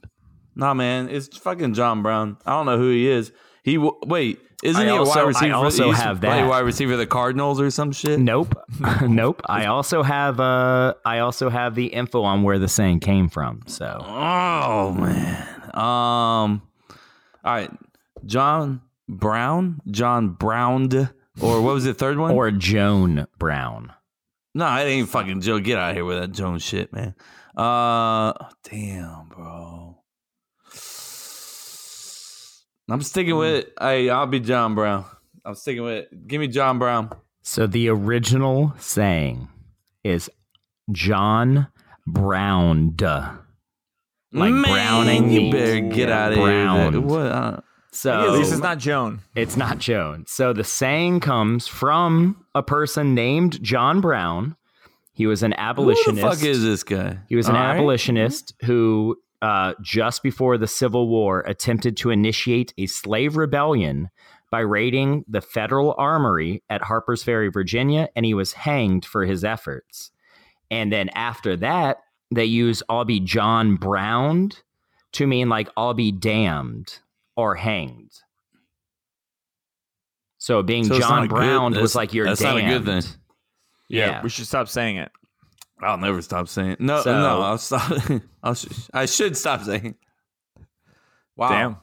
S1: Nah, man, it's fucking John Brown. I don't know who he is. He w- wait, isn't
S5: I
S1: he a
S5: also- I
S1: wide receiver?
S5: also
S1: he used to
S5: have
S1: play
S5: that.
S1: wide receiver of the Cardinals or some shit.
S5: Nope. nope. I also have uh I also have the info on where the saying came from. So
S1: Oh man. Um. All right, John Brown, John Browned, or what was the third one?
S5: or Joan Brown.
S1: no, it ain't fucking Joe. Get out of here with that Jones shit, man. Uh, damn, bro. I'm
S5: Hmm.
S1: sticking with it. Hey, I'll be John Brown. I'm sticking with it. Give me John Brown.
S5: So the original saying is John Browned. Like
S1: Man,
S5: browning
S1: You
S5: meat.
S1: better get out of here.
S5: Browned.
S1: What? uh, I don't-
S5: So
S2: at least it's not Joan.
S5: It's not Joan. So the saying comes from a person named John Brown. He was an
S1: Who
S5: abolitionist.
S1: the fuck is this guy?
S5: He was an
S1: All right. Mm-hmm.
S5: abolitionist who, uh, just before the Civil War, attempted to initiate a slave rebellion by raiding the federal armory at Harper's Ferry, Virginia, and he was hanged for his efforts. And then after that, they use I'll be John Browned to mean like I'll be damned or hanged. So being
S1: So it's not
S5: John
S1: a good-
S5: Browned was
S1: that's-
S5: like you're
S1: that's not a
S5: damned.
S1: good thing.
S5: Yeah.
S2: we should stop saying it.
S1: I'll never stop saying no,
S5: So-
S1: no. I'll stop. I'll sh- I should stop saying. Wow.
S2: Damn.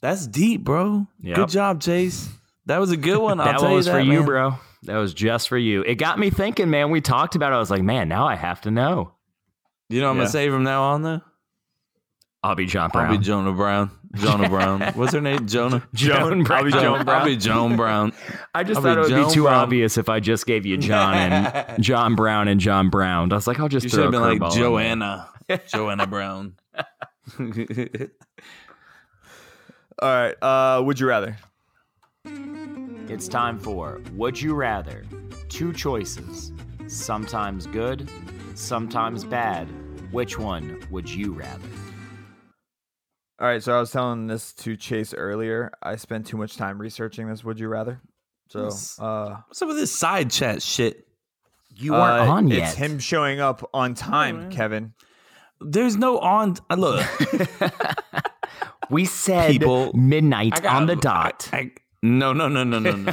S1: That's deep, bro.
S5: Yep.
S1: Good job, Chase. That was a good one. I'll
S5: that
S1: tell
S5: one was
S1: you
S5: for
S1: that,
S5: you,
S1: man.
S5: bro. That was just for you. It got me thinking, man. We talked about it. I was like, man, now I have to know.
S1: You know, what I'm
S5: Yeah.
S1: gonna say from now on though.
S5: I'll be John
S1: I'll
S5: Brown.
S1: be Jonah Brown. Jonah Brown. What's her name? Jonah.
S5: Joan Brown.
S1: I'll be Joan. I'll be Joan Brown.
S5: I just
S1: I'll
S5: thought it would
S1: Joan
S5: be too
S1: Brown.
S5: obvious if I just gave you John and John Brown and John Brown. I was like, I'll just
S1: You should
S5: throw
S1: have
S5: a
S1: been like
S5: curveball in there.
S1: Joanna. Joanna Brown.
S2: All right. Uh, would you rather?
S5: It's time for Would You Rather? Two choices, sometimes good, sometimes bad. Which one would you rather?
S2: All right. So I was telling this to Chase earlier. I spent too much time researching this. Would you rather? So
S1: Yes.
S2: uh,
S1: What's up with this side chat shit?
S5: You weren't
S2: uh,
S5: on
S2: it's
S5: yet.
S2: him showing up on time, Kevin.
S1: There's no on. I look,
S5: We said
S1: People-
S5: midnight
S1: I got-
S5: on the dot.
S1: I, no, no, no, no, no, no.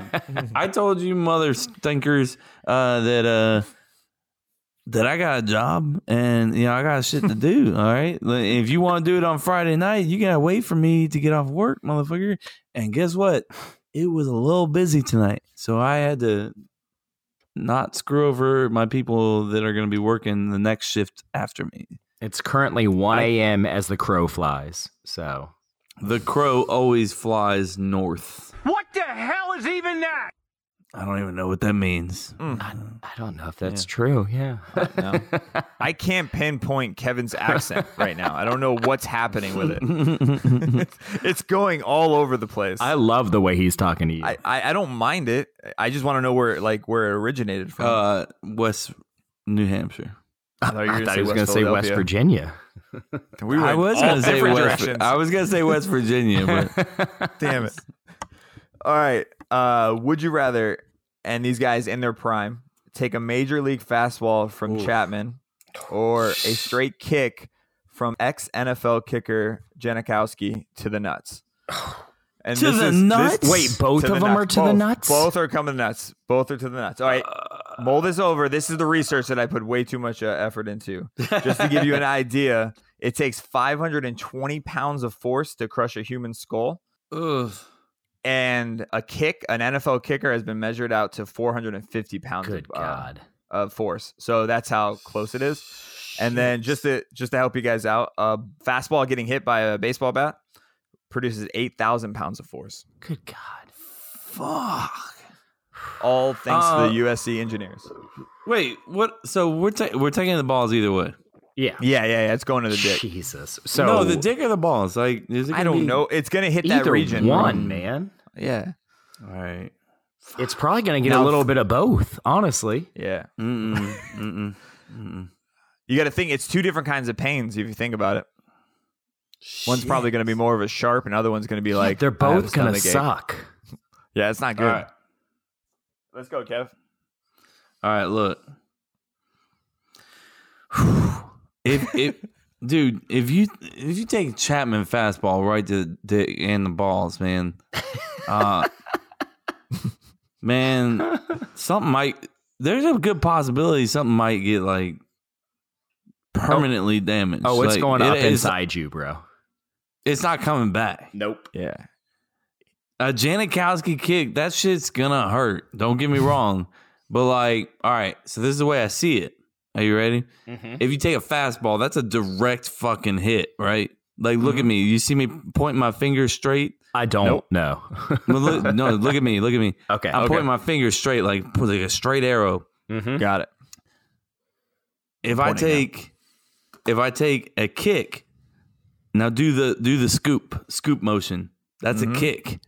S1: I told you, mother stinkers, uh, that uh, that I got a job and you know I got shit to do. All right, Like, if you want to do it on Friday night, you gotta wait for me to get off work, motherfucker. And guess what? It was a little busy tonight, so I had to not screw over my people that are gonna be working the next shift after me.
S5: it's currently 1
S1: I-
S5: a.m. as the crow flies. So
S1: The crow always flies north.
S11: What the hell is even that?
S1: I don't even know what that means.
S5: I don't know if that's true. Yeah.
S2: I can't pinpoint Kevin's accent right now. I don't know what's happening with it. it's going all over the place.
S5: I love the way he's talking to you.
S2: I, I, I don't mind it. I just want to know where like where it originated from.
S1: Uh, West New Hampshire.
S2: I thought, you were
S5: I
S2: gonna
S5: thought
S2: say
S5: he was going to
S2: West
S5: say West
S2: Philadelphia.
S5: Virginia.
S2: We were
S1: I
S2: in
S1: was
S2: all
S1: gonna say
S2: different
S1: West.
S2: directions.
S1: I was gonna say West Virginia, but
S2: Damn it. All right. Uh, would you rather, and these guys in their prime, take a major league fastball from Chapman or a straight kick from ex NFL kicker Janikowski to the nuts? And
S1: To the nuts?
S5: Wait, both
S2: to
S5: of
S2: the
S5: them are to the
S2: Both-
S5: nuts?
S2: Both are coming nuts. Both are to the nuts. All right.
S1: Uh,
S2: Mull this over. This is the research that I put way too much uh, effort into. Just to give you an idea, it takes 520 pounds of force to crush a human skull
S1: Ugh.
S2: and a kick, an NFL kicker has been measured out to 450 pounds
S5: Good
S2: of, uh,
S5: God.
S2: of force. So that's how close it is. And then just to just to help you guys out, a fastball getting hit by a baseball bat produces 8,000 pounds of force.
S5: Good God.
S1: fuck.
S2: All thanks
S1: Uh,
S2: to the USC engineers.
S1: Wait, what? So we're ta- we're taking the balls either way.
S5: Yeah.
S2: Yeah, yeah, yeah. It's going to the dick.
S5: Jesus. So
S1: no, the dick or the balls? Like, is it
S2: I
S1: gonna
S2: don't
S1: be-
S2: know. It's going to hit that
S5: either
S2: region.
S5: one, man.
S2: Yeah.
S1: All right.
S5: It's probably going to get
S2: Now-
S5: a little bit of both, honestly.
S2: Yeah.
S1: Mm-mm, mm-mm, mm-mm.
S2: You got to think it's two different kinds of pains if you think about it. One's probably going to be more of a sharp, and other one's going to be like
S5: They're
S2: I have a
S5: both going to
S2: stomachache.
S5: suck.
S2: Yeah, it's not good.
S1: All right.
S2: Let's go, Kev.
S1: All right, look. If if dude, if you if you take Chapman fastball right to the dick and the balls, man, uh, man, something might. There's a good possibility something might get like permanently damaged.
S5: Oh, it's
S1: Like,
S5: going
S1: it-
S5: up
S1: it's-
S5: inside you, bro.
S1: It's not coming back.
S5: Nope.
S2: Yeah.
S1: A Janikowski kick, that shit's gonna hurt. Don't get me wrong. but like, all right, so this is the way I see it. Are you ready? If you take a fastball, that's a direct fucking hit, right? Like, look at me. You see me pointing my finger straight.
S5: I don't know.
S1: Well, look- no, look at me. Look at me.
S5: okay.
S1: I'm
S5: okay.
S1: pointing my finger straight, like like a straight arrow.
S5: Mhm.
S2: Got it.
S1: If I
S2: Mm-hmm. Pointing out.
S1: take, if I take a kick, now do the do the scoop scoop motion. That's
S2: Mm-hmm.
S1: a kick.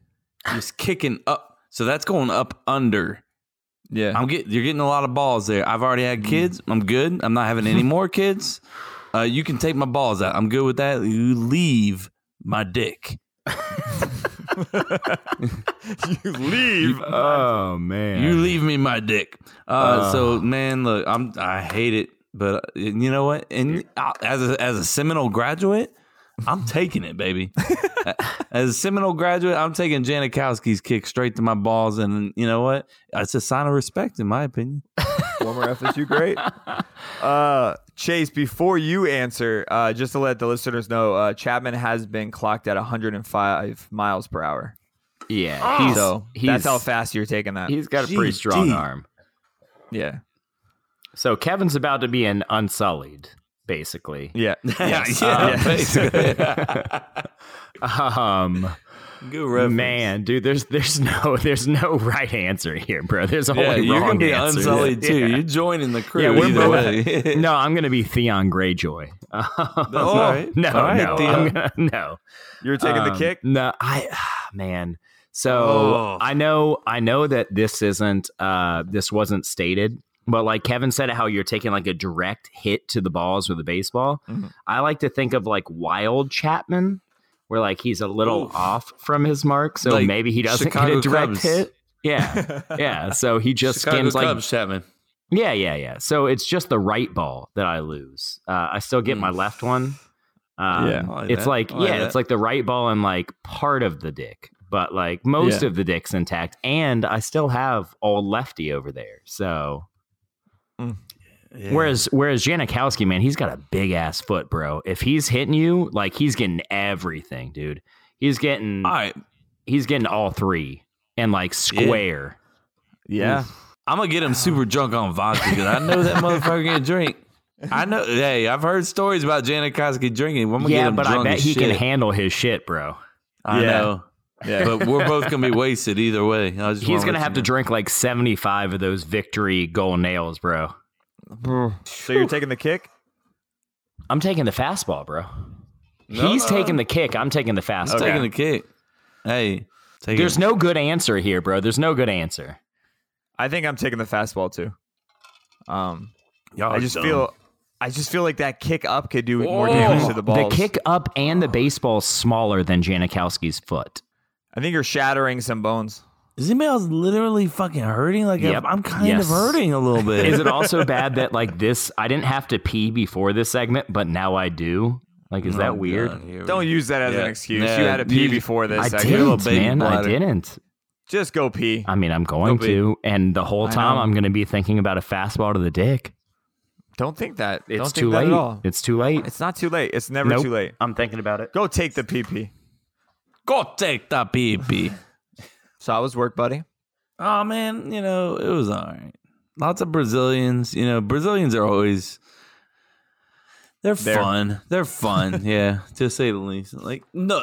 S1: Just kicking up. So that's going up under.
S2: Yeah. Mm-hmm.
S1: I'm get you're getting a lot of balls there. I've already had kids. I'm good. I'm not having any more kids. Uh, you can take my balls out. I'm good with that. You leave my dick.
S2: you leave.
S5: Oh, man.
S1: You leave me my dick. Uh, so man, look, I'm I hate it, but uh, you know what? And I, as a, as a Seminole graduate, I'm taking it, baby. as a Seminole graduate, I'm taking Janikowski's kick straight to my balls, and you know what? It's a sign of respect, in my opinion.
S2: Former FSU great. Uh, Chase, before you answer, uh, just to let the listeners know, uh, Chapman has been clocked at 105 miles per hour.
S5: Yeah,
S2: he's,
S5: he's-
S2: Ah. so
S5: he's-
S2: that's how fast you're taking that.
S5: He's got a pretty strong arm.
S2: Yeah.
S5: So Kevin's about to be an unsullied, basically.
S2: Yeah.
S1: Yes.
S5: Uh,
S1: Yeah, basically.
S5: um
S1: Good reference.
S5: man, dude, there's there's no there's no right answer here, bro. There's only
S1: Yeah, you're
S5: wrong
S1: gonna be
S5: answers.
S1: unsullied too.
S5: Yeah.
S1: You're joining the crew.
S5: Yeah, we're
S1: either way.
S5: both. no, I'm gonna be Theon Greyjoy. That's
S1: all right.
S5: No,
S1: All right,
S5: no,
S1: Theon.
S5: I'm gonna- no.
S2: You're taking the
S5: Um,
S2: kick?
S5: No, I ah, man. So
S2: Oh.
S5: I know I know that this isn't uh this wasn't stated, but like Kevin said how you're taking like a direct hit to the balls with a baseball. I like to think of like Wild Chapman where like he's a little off from his mark, so
S1: Like
S5: maybe he doesn't
S1: Chicago
S5: get a direct
S1: Cubs.
S5: hit. Yeah. Yeah, so he just
S1: Chicago
S5: skins like
S1: Cubs, Chapman.
S5: yeah, yeah, yeah. So it's just the right ball that I lose. Uh, I still get my left one. Um,
S2: Mm. Yeah. I like
S5: it's
S2: that.
S5: like
S2: I like
S5: yeah,
S2: that.
S5: it's like the right ball and like part of the dick, but like most
S2: Yeah.
S5: of the dick's intact, and I still have all lefty over there. So whereas whereas Janikowski, man, he's got a big ass foot, bro. If he's hitting you, like he's getting everything, dude. He's getting all
S1: right.
S5: He's getting all three and like square.
S2: Yeah.
S1: I'm gonna get him super drunk on vodka because I know that motherfucker can drink. I know. Hey, I've heard stories about Janikowski drinking. I'm gonna get
S5: yeah,
S1: him
S5: but I
S1: drunk
S5: bet
S1: as
S5: he can
S1: shit.
S5: handle his shit, bro.
S1: I
S5: Yeah.
S1: know.
S5: Yeah.
S1: But we're both gonna be wasted either way. I just
S5: He's gonna have to drink like seventy five of those victory goal nails, bro.
S2: So you're taking the kick?
S5: I'm taking the fastball, bro.
S1: No,
S5: He's
S1: no,
S5: taking
S1: no.
S5: the kick. I'm taking the
S1: He's
S5: fastball.
S1: taking the kick. Hey, take
S5: There's
S1: it.
S5: no good answer here, bro. There's no good answer.
S2: I think I'm taking the fastball too. Um,
S1: Y'all
S2: I
S1: are
S2: just
S1: dumb.
S2: feel, I just feel like that kick up could do more damage to Oh, the ball.
S5: kick up and the baseball smaller than Janikowski's foot.
S2: I think you're shattering some bones.
S1: Is email's literally fucking hurting? Like
S5: Yep.
S1: I'm kind
S5: Yes.
S1: of hurting a little bit.
S5: Is it also bad that like this? I didn't have to pee before this segment, but now I do. Like, is
S1: Oh,
S5: that weird?
S1: God, here we-
S2: Don't use that as
S1: Yeah.
S2: an excuse.
S1: Yeah,
S2: you had to pee
S1: you-
S2: before this.
S5: I
S2: I get a little
S5: didn't,
S2: baby
S5: man. I
S2: bladder.
S5: didn't.
S2: Just go pee.
S5: I mean, I'm going
S2: Don't be-
S5: to, and the whole
S2: I
S5: time
S2: know.
S5: I'm going to be thinking about a fastball to the dick.
S2: Don't think that.
S5: It's
S2: Don't think
S5: too
S2: that
S5: late.
S2: At all.
S5: It's too late.
S2: It's not too late. It's never
S5: Nope.
S2: too late.
S5: I'm thinking about it.
S2: Go take the pee pee.
S1: Go take the pee pee.
S2: So I was work, buddy.
S1: Oh man, you know it was all right. Lots of Brazilians. You know Brazilians are always they're,
S2: They're-
S1: fun. They're fun. yeah, to say the least. Like no.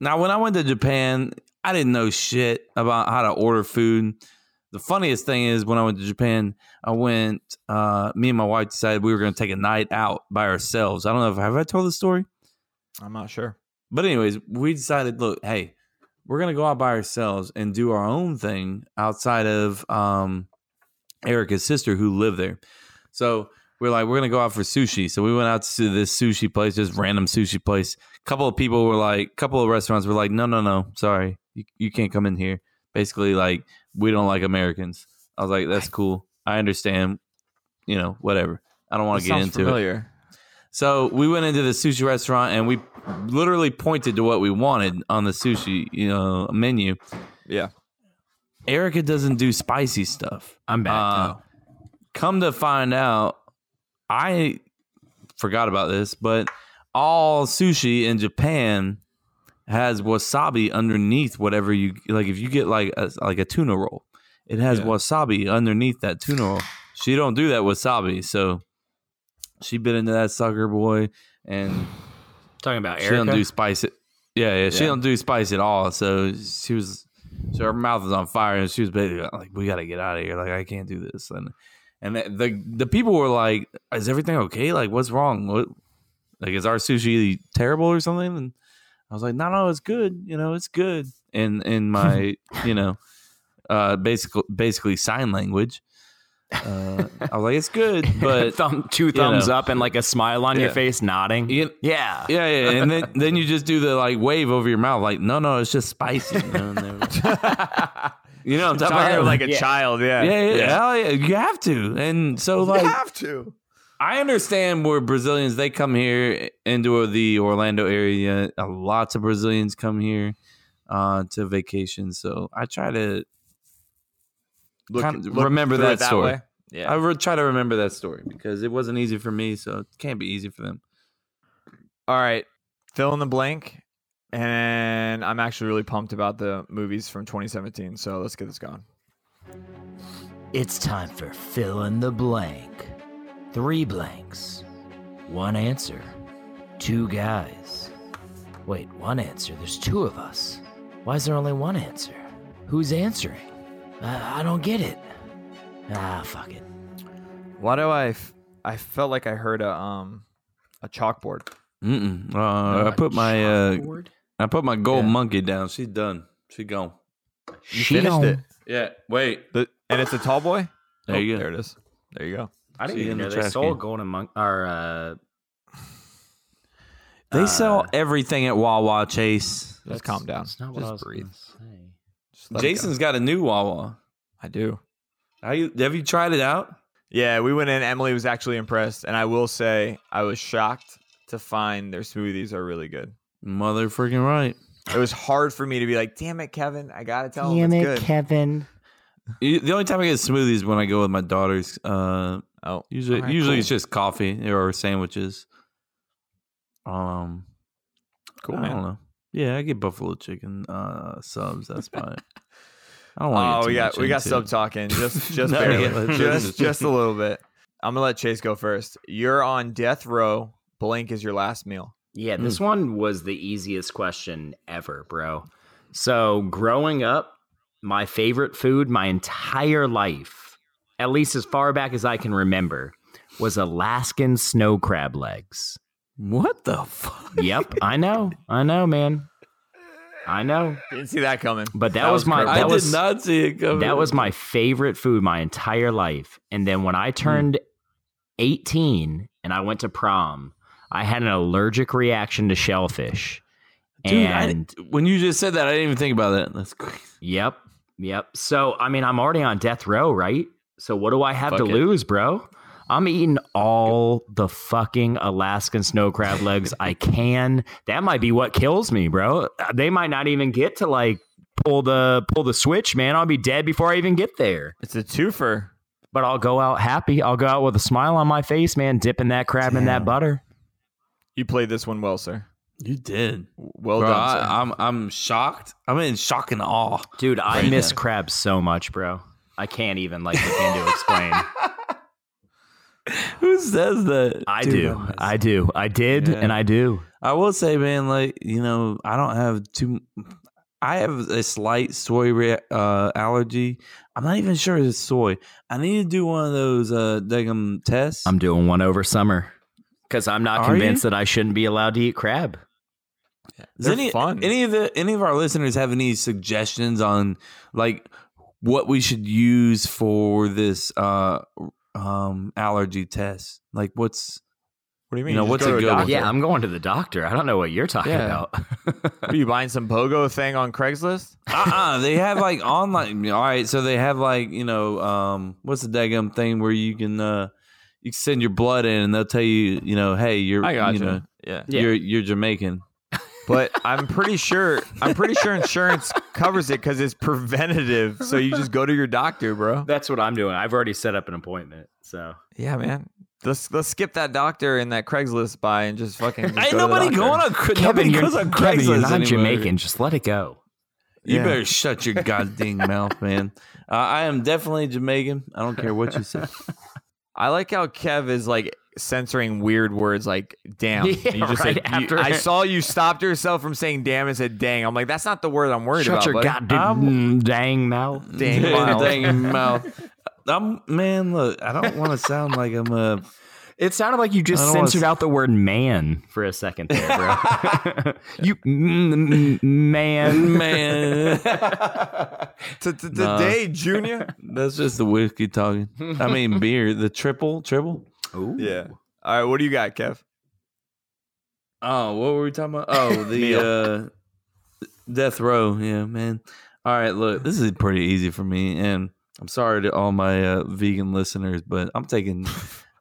S1: Now when I went to Japan, I didn't know shit about how to order food. The funniest thing is when I went to Japan, I went. Uh, me and my wife decided we were going to take a night out by ourselves. I don't know if have I told the story.
S2: I'm not sure.
S1: But anyways, we decided, look, hey, we're gonna go out by ourselves and do our own thing outside of um, Erica's sister who lived there. So we're like, we're gonna go out for sushi. So we went out to this sushi place, just random sushi place. A couple of people were like, couple of restaurants were like, no, no, no, sorry, you, you can't come in here. Basically, like we don't like Americans. I was like, that's cool. I understand. You know, whatever. I don't want
S2: That
S1: to get
S2: sounds
S1: into it.
S2: familiar.
S1: So we went into the sushi restaurant and we literally pointed to what we wanted on the sushi, you know, menu.
S2: Yeah.
S1: Erica doesn't do spicy stuff.
S5: I'm back.
S1: Uh, Come to find out, I forgot about this, but all sushi in Japan has wasabi underneath whatever you like. If you get like a, like a tuna roll, it has
S2: Yeah.
S1: wasabi underneath that tuna roll. She don't do that wasabi, so she bit into that sucker boy, and
S5: Talking about
S1: she don't
S5: Erica.
S1: do spice. It. Yeah, yeah, she
S2: Yeah.
S1: don't do spice at all. So she was, so her mouth was on fire, and she was basically like, "We got to get out of here. Like, I can't do this." And and the, the the people were like, "Is everything okay? Like, what's wrong? What like is our sushi terrible or something?" And I was like, "No, no, it's good. You know, it's good." And in my you know, uh, basically basically sign language. Uh, I was like, "It's good," but
S5: Thumb, two
S1: you know.
S5: thumbs up and like a smile on your
S1: Yeah.
S5: face, nodding.
S1: You-
S5: yeah.
S1: Yeah, yeah, and then then you just do the like wave over your mouth, like no, no, it's just spicy. You know, and they were like- you know what I'm talking
S2: Talking
S1: about
S2: like a
S5: Yeah.
S2: child. Yeah.
S1: yeah, yeah, hell yeah, you have to. And so like,
S2: have to.
S1: I understand where Brazilians they come here into the Orlando area. Uh, Lots of Brazilians come here uh, to vacation, so I try to kind of remember
S2: through it
S1: that story.
S2: way.
S1: Yeah. I re- try to remember that story because it wasn't easy for me, so it can't be easy for them.
S2: All right, fill in the blank, and I'm actually really pumped about the movies from 2017. So let's get this going.
S4: It's time for fill in the blank. Three blanks. One answer. Two guys. Wait, one answer. There's two of us. Why is there only one answer? Who's answering? Uh, I, I don't get it. Ah, fuck it.
S2: Why do I? F- I felt like I heard a um a chalkboard.
S1: Mm-mm. Uh, I put my uh, I put my gold monkey down. She's done. She gone.
S2: You finished it.
S1: Yeah. Wait.
S2: The, and it's a tall boy. Oh,
S1: There you go.
S2: There it is. There you go.
S5: I didn't
S1: See you
S5: even
S1: in
S5: know
S1: the
S5: they
S1: trash
S5: sold
S1: can.
S5: Golden Monk or uh,
S2: Uh,
S1: They sell everything at Wawa Chase.
S2: Just calm down.
S5: That's not what I was
S2: Just
S5: breathe.
S2: breathe.
S5: Say.
S2: Just let it go.
S1: Jason's got a new Wawa.
S2: I do.
S1: How you, have you tried it out?
S2: Yeah, we went in. Emily was actually impressed, and I will say I was shocked to find their smoothies are really good.
S1: Mother freaking right.
S2: It was hard for me to be like, "Damn it, Kevin! I gotta tell him it's good."
S4: Kevin.
S1: You- The only time I get smoothies is when I go with my daughters. Uh,
S2: oh,
S1: usually,
S2: All right,
S1: usually
S2: cool.
S1: it's just coffee or sandwiches. Um,
S2: cool,
S1: I don't
S2: man.
S1: know. Yeah, I get buffalo chicken uh, subs. That's about it. I don't want.
S2: Oh, we got we got sub talking just just
S1: No,
S2: barely.
S1: yeah, let's-
S2: just just a little bit. I'm gonna let Chase go first. You're on death row. Blank is your last meal.
S5: Yeah, this one was the easiest question ever, bro. So, growing up, my favorite food my entire life, at least as far back as I can remember, was Alaskan snow crab legs.
S1: What the fuck?
S5: Yep, I know. I know, man. I know.
S2: Didn't see that coming.
S5: But that, was, my
S2: crazy.
S5: that
S1: I
S5: was
S1: did not see it coming.
S5: that was my favorite food my entire life. And then when
S1: Hmm.
S5: I turned 18 and I went to prom, I had an allergic reaction to shellfish.
S1: Dude, I-
S5: and
S1: when you just said that, I didn't even think about that. That's crazy.
S5: yep, yep. So, I mean, I'm already on death row, right? So, what do I have to
S1: Fuck it.
S5: lose, bro? I'm eating all the fucking Alaskan snow crab legs I can. That might be what kills me, bro. They might not even get to like pull the pull the switch, man. I'll be dead before I even get there
S2: It's a twofer.
S5: but I'll go out happy. I'll go out with a smile on my face, man, dipping that crab in that butter.
S2: You played this one well, sir.
S1: You did.
S2: Well
S1: Bro,
S2: done. sir.
S1: I, I'm I'm shocked. I'm in shock and awe.
S5: Dude, I
S1: Right
S5: miss
S1: there.
S5: crabs so much, bro. I can't even like begin to explain.
S1: Who says that?
S5: I
S1: Dude,
S5: do.
S1: I'm-
S5: I do. I did
S1: Yeah.
S5: and I do.
S1: I will say, man, like you know, I don't have too. I have a slight soy re- uh, allergy. I'm not even sure it's soy. I need to do one of those uh, degum tests.
S5: I'm doing one over summer cuz I'm not
S1: Are
S5: convinced
S1: you?
S5: that I shouldn't be allowed to eat crab.
S1: Does
S2: They're
S1: any,
S2: fun.
S1: Any of the any of our listeners have any suggestions on like what we should use for this uh um allergy test? Like what's
S2: what do you mean?
S1: you know,
S2: just
S1: what's
S2: go
S1: a
S2: to
S1: good one?
S2: doctor?
S5: Yeah, I'm going to the doctor. I don't know what you're talking
S2: Yeah.
S5: about.
S2: What Are you buying some pogo thing on Craigslist?
S1: uh-uh they have like online all right so they have like you know um what's the daggum thing where you can uh you can send your blood in and they'll tell you you know hey you're you know
S2: Yeah.
S1: you're you're jamaican
S2: But I'm pretty sure I'm pretty sure insurance covers it because it's preventative. So you just go to your doctor, bro.
S5: That's what I'm doing. I've already set up an appointment. So,
S2: Yeah, man. Let's let's skip that doctor and that Craigslist buy and just fucking. Just
S1: ain't
S2: go to the
S1: nobody
S2: doctor.
S1: going on Cra- nobody goes on craigslist
S5: Kevin, you're not
S1: anymore.
S5: Jamaican. Just let it go.
S1: you
S2: Yeah.
S1: better shut your goddamn mouth man uh, i am definitely jamaican i don't care what you say
S2: I like how Kev is like censoring weird words like damn.
S5: Yeah,
S2: And you just
S5: right
S2: said, you-
S5: after
S2: I
S5: it.
S2: saw you stopped yourself from saying damn and said dang. I'm like, that's not the word I'm worried about.
S5: Shut your
S2: buddy. Um,
S5: goddamn dang mouth.
S2: Dang mouth.
S1: dang mouth i'm man look i don't want to sound like i'm a
S5: It sounded like you just
S1: I don't wanna
S5: censored
S1: s-
S5: out the word man for a second there, bro. you mm, mm, man.
S1: man
S2: T- t-
S1: Nah.
S2: Today, Junior.
S1: that's just the whiskey talking i mean beer the triple triple
S5: Ooh.
S2: yeah. All right. What do you got, Kev?
S1: Oh, what were we talking about? Oh, the uh, death row. Yeah, man. All right, look, this is pretty easy for me, and I'm sorry to all my uh, vegan listeners, but I'm taking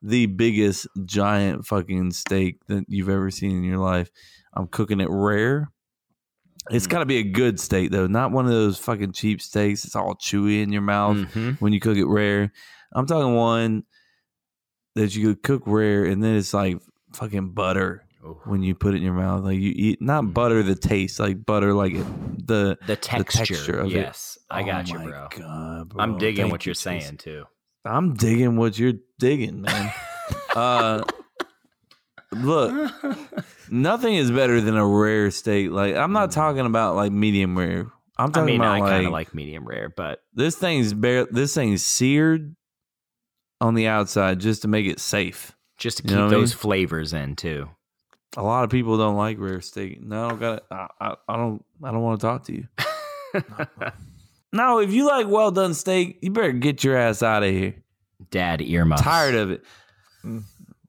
S1: the biggest giant fucking steak that you've ever seen in your life. I'm cooking it rare. It's got to be a good steak though, not one of those fucking cheap steaks. It's all chewy in your mouth
S5: Mhm.
S1: when you cook it rare. I'm talking one that you could cook rare, and then it's like fucking butter when you put it in your mouth. Like you eat not
S5: Mm.
S1: butter the taste, like butter like it, the
S5: the texture.
S1: texture of it.
S5: yes, I
S1: Oh
S5: got you,
S1: my
S5: bro.
S1: God,
S5: I'm
S1: bro.
S5: digging
S1: Thank
S5: what
S1: you,
S5: you're saying
S1: Jesus.
S5: too.
S1: I'm digging what you're digging, man. uh, look, nothing is better than a rare steak. Like I'm not talking about like medium rare. I'm
S5: Mm. I
S1: talking
S5: mean,
S1: about
S5: I kind
S1: like,
S5: of like medium rare, but
S1: this thing's bare. This thing's seared on the outside just to make it safe.
S5: just to
S1: You
S5: keep
S1: know what I
S5: those
S1: mean?
S5: flavors in too.
S1: A lot of people don't like rare steak. No, I don't got. I, I, I don't. I don't want to talk to you. no, if you like well done steak, you better get your ass out of here.
S5: Dad earmuffs.
S1: Tired of it.
S5: Mm.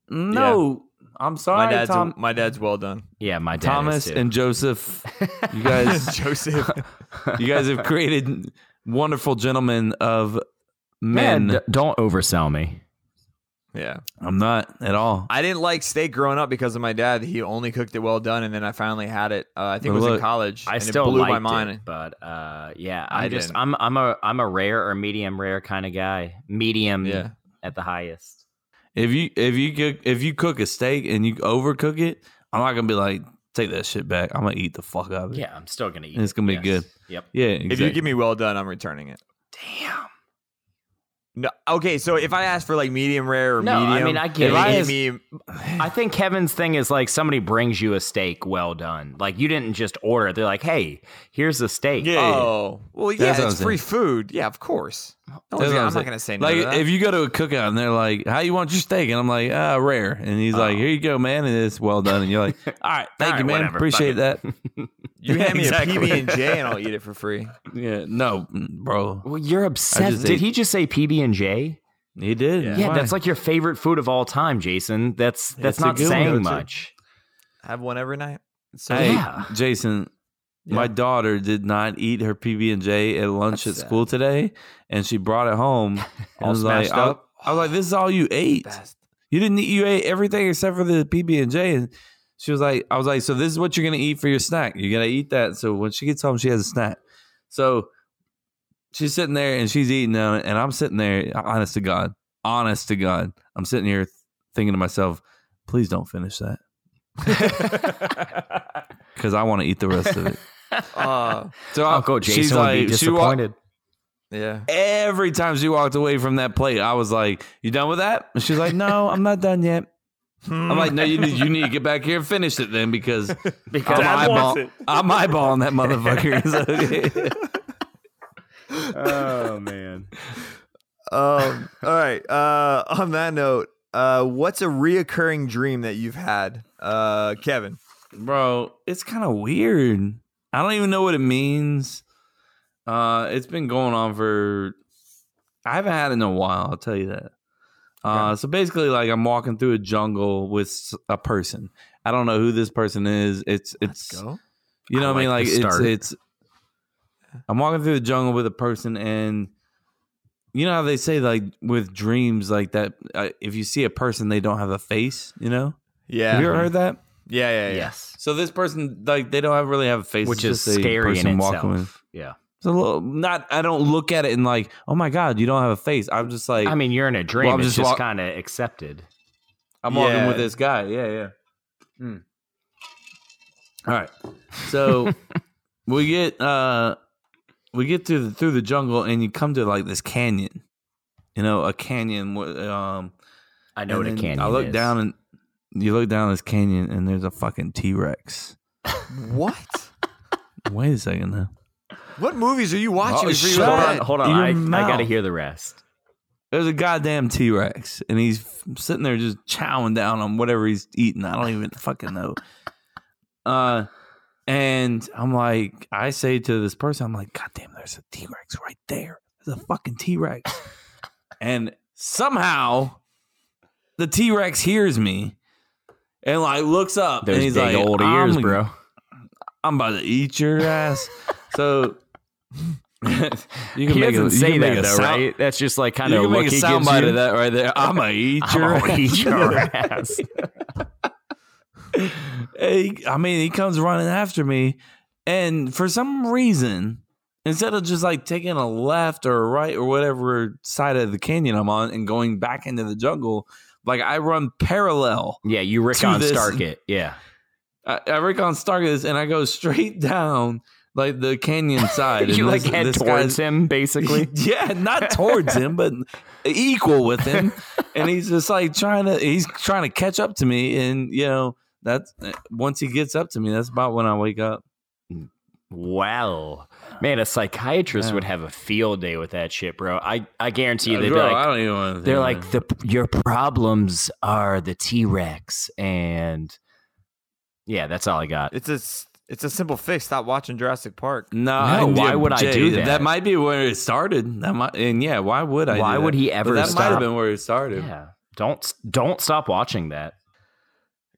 S1: No, I'm sorry,
S2: my dad's
S1: Tom.
S2: my dad's well done.
S5: Yeah, my dad
S1: Thomas
S5: is too.
S1: and Joseph, you guys,
S2: Joseph,
S1: you guys have created wonderful gentlemen of men.
S5: Man, d- don't oversell me.
S2: yeah.
S1: I'm not at all.
S2: I didn't like steak growing up because of my dad. He only cooked it well done, and then I finally had it. Uh, I
S1: But
S2: think it was in
S1: look,
S2: college.
S5: I
S2: and
S5: still
S2: it blew
S5: liked
S2: my mind.
S5: it, but uh, yeah,
S2: I
S5: I'm just
S2: didn't.
S5: I'm I'm a I'm a rare or medium rare kind of guy. Medium
S2: Yeah.
S5: at the highest.
S1: If you if you cook, if you cook a steak and you overcook it, I'm not gonna be like take that shit back. I'm gonna eat the fuck out of it.
S5: Yeah, I'm still gonna eat.
S1: And it's
S5: it,
S1: gonna be
S5: yes.
S1: good.
S5: Yep.
S1: Yeah,
S2: If you give me well done, I'm returning it.
S5: Damn.
S2: No, okay. So if I ask for like medium rare or
S5: No, I
S2: medium,
S5: mean, I get
S2: if
S5: it.
S2: I
S5: It's-
S2: me,
S5: I think Kevin's thing is like somebody brings you a steak well done. Like you didn't just order. it. They're like, hey, here's a steak.
S2: oh, well, yeah,
S1: That's what I'm
S2: it's free food. Yeah, of course. No one's
S1: That's what
S2: gonna- I'm
S1: saying.
S2: not gonna say no.
S1: like
S2: to that.
S1: if you go to a cookout and they're like, "How you want your steak?" and I'm like, "Ah, rare," and he's like, "Here you go, man," and it's well done, and you're like, "All right, thank you,
S5: Oh. All right,
S1: man,
S5: whatever,
S1: appreciate that."
S5: fuck it.
S2: you hand me
S1: Exactly.
S2: a PB and J, and I'll eat it for free.
S1: yeah, no, bro,
S5: Well, you're obsessed.
S1: just
S5: Did
S1: ate-
S5: he just say PB and J?
S1: he did.
S5: Yeah, that's like your favorite food of all time, Jason. That's that's
S1: It's a
S5: not
S1: good one.
S5: saying
S1: Go-to.
S5: much.
S2: Have one every night. It's so
S1: Hey,
S5: Yeah.
S1: Jason, my daughter did not eat her PB and J at lunch
S2: That's
S1: at
S2: sad.
S1: school today, and she brought it home. and
S2: All
S1: was like,
S2: smashed
S1: I,
S2: up?
S1: I was like, "This is all you ate.
S2: best.
S1: You didn't eat. You ate everything except for the PB and J." And she was like, "I was like, so this is what you're gonna eat for your snack. You're gonna eat that. So when she gets home, she has a snack. So she's sitting there and she's eating them, and I'm sitting there. Honest to God, honest to God, I'm sitting here thinking to myself, please don't finish that because I want to eat the rest of it."
S2: Uh,
S1: So I-
S5: Uncle
S1: she's
S5: Oh, Jason would be
S1: like- she walked-
S5: disappointed.
S2: yeah.
S1: every time she walked away from that plate, I was like, "You done with that?" And she's like, "No, I'm not done yet." I'm like, "No, you need you need to get back here and finish it then because
S5: Because
S1: I'm,
S8: Dad wants
S1: eyeball,
S8: it.
S1: I'm eyeballing that motherfucker." So,
S5: oh man.
S2: Um. all right. Uh. On that note, uh, what's a reoccurring dream that you've had, uh, Kevin?
S1: bro, it's kind of weird. I don't even know what it means. Uh, it's been going on for I haven't had it in a while. I'll tell you that. Uh, so basically, like I'm walking through a jungle with s- a person. I don't know who this person is. It's it's You know
S5: I
S1: what I mean? Like
S5: like the
S1: it's
S5: start.
S1: it's. I'm walking through the jungle with a person, and you know how they say like with dreams like that. Uh, if you see a person, they don't have a face. You know?
S2: Yeah.
S1: Have you ever heard that?
S2: yeah. Yeah. Yeah.
S5: Yes.
S1: So this person, like, they don't have really have a face,
S5: Which is
S1: It's just a
S5: scary in
S1: person walking with-
S5: itself. Yeah.
S1: It's a little not. I don't look at it and like, oh my god, you don't have a face. I'm just like,
S5: I mean, you're in a dream.
S1: Well, I'm
S5: it's
S1: just
S5: just
S1: walk-
S5: kind of accepted.
S1: I'm walking
S2: Yeah.
S1: with this guy. Yeah, yeah. Hmm. All right. So we get uh we get through the, through the jungle and you come to like this canyon. You know, a canyon with, um
S5: I know what a
S1: and then
S5: canyon
S1: I look
S5: is.
S1: down and you look down this canyon and there's a fucking T-Rex.
S2: What?
S1: Wait a second now.
S2: What movies are you watching?
S1: Oh,
S2: before you
S1: shut
S2: go to
S1: up.
S2: bed?
S5: Hold on,
S1: Your
S5: I, I
S1: mouth.
S5: got to hear the rest.
S1: There's a goddamn T Rex, and he's f- sitting there just chowing down on whatever he's eating. I don't even fucking know. Uh, and I'm like, I say to this person, I'm like, God damn, there's a T Rex right there. There's a fucking T Rex. and somehow the T Rex hears me and like looks up
S5: Those
S1: and he's
S5: big
S1: like,
S5: old
S1: I'm
S5: ears, bro.
S1: I'm about to eat your ass. so you can
S5: he
S1: make a,
S5: doesn't
S1: you
S5: say
S1: can make
S5: that
S1: a
S5: though,
S1: sound-
S5: right? That's just like kind
S1: you
S5: of
S1: can
S5: look
S1: make a
S5: he gives
S1: soundbite
S5: you.
S1: of that right there. I'ma eat your
S5: I'ma eat your
S1: ass.
S5: ass.
S1: Hey, I mean, he comes running after me, and for some reason, Instead of just like taking a left or a right or whatever side of the canyon I'm on and going back into the jungle, like I run parallel.
S5: Yeah, you Rick
S1: to
S5: on
S1: this-
S5: Stark it. Yeah.
S1: I, I Rick on Stark this and I go straight down like the canyon side. and
S5: You like
S1: this-
S5: head
S1: this
S5: towards
S1: guy's-
S5: him, basically.
S1: yeah, not towards him, but equal with him. And he's just like trying to he's trying to catch up to me. And you know, that's once he gets up to me, that's about when I wake up.
S5: Well, man, a psychiatrist would have a field day with that shit, bro. I, I guarantee you,
S1: Uh,
S5: they'd be
S1: bro,
S5: like,
S1: I don't even wanna think
S5: they're
S1: about
S5: like the your problems are the T Rex, and yeah, that's all I got.
S2: It's a s- it's a simple fix. Stop watching Jurassic Park.
S1: No,
S5: No, why
S1: yeah,
S5: would I
S1: Jay,
S5: do that?
S1: That might be where it started. That might, and yeah, why would I?
S5: Why
S1: do that?
S5: would he
S1: But
S5: ever
S1: That might
S5: stop?
S1: have been where it started.
S5: Yeah, don't don't stop watching that.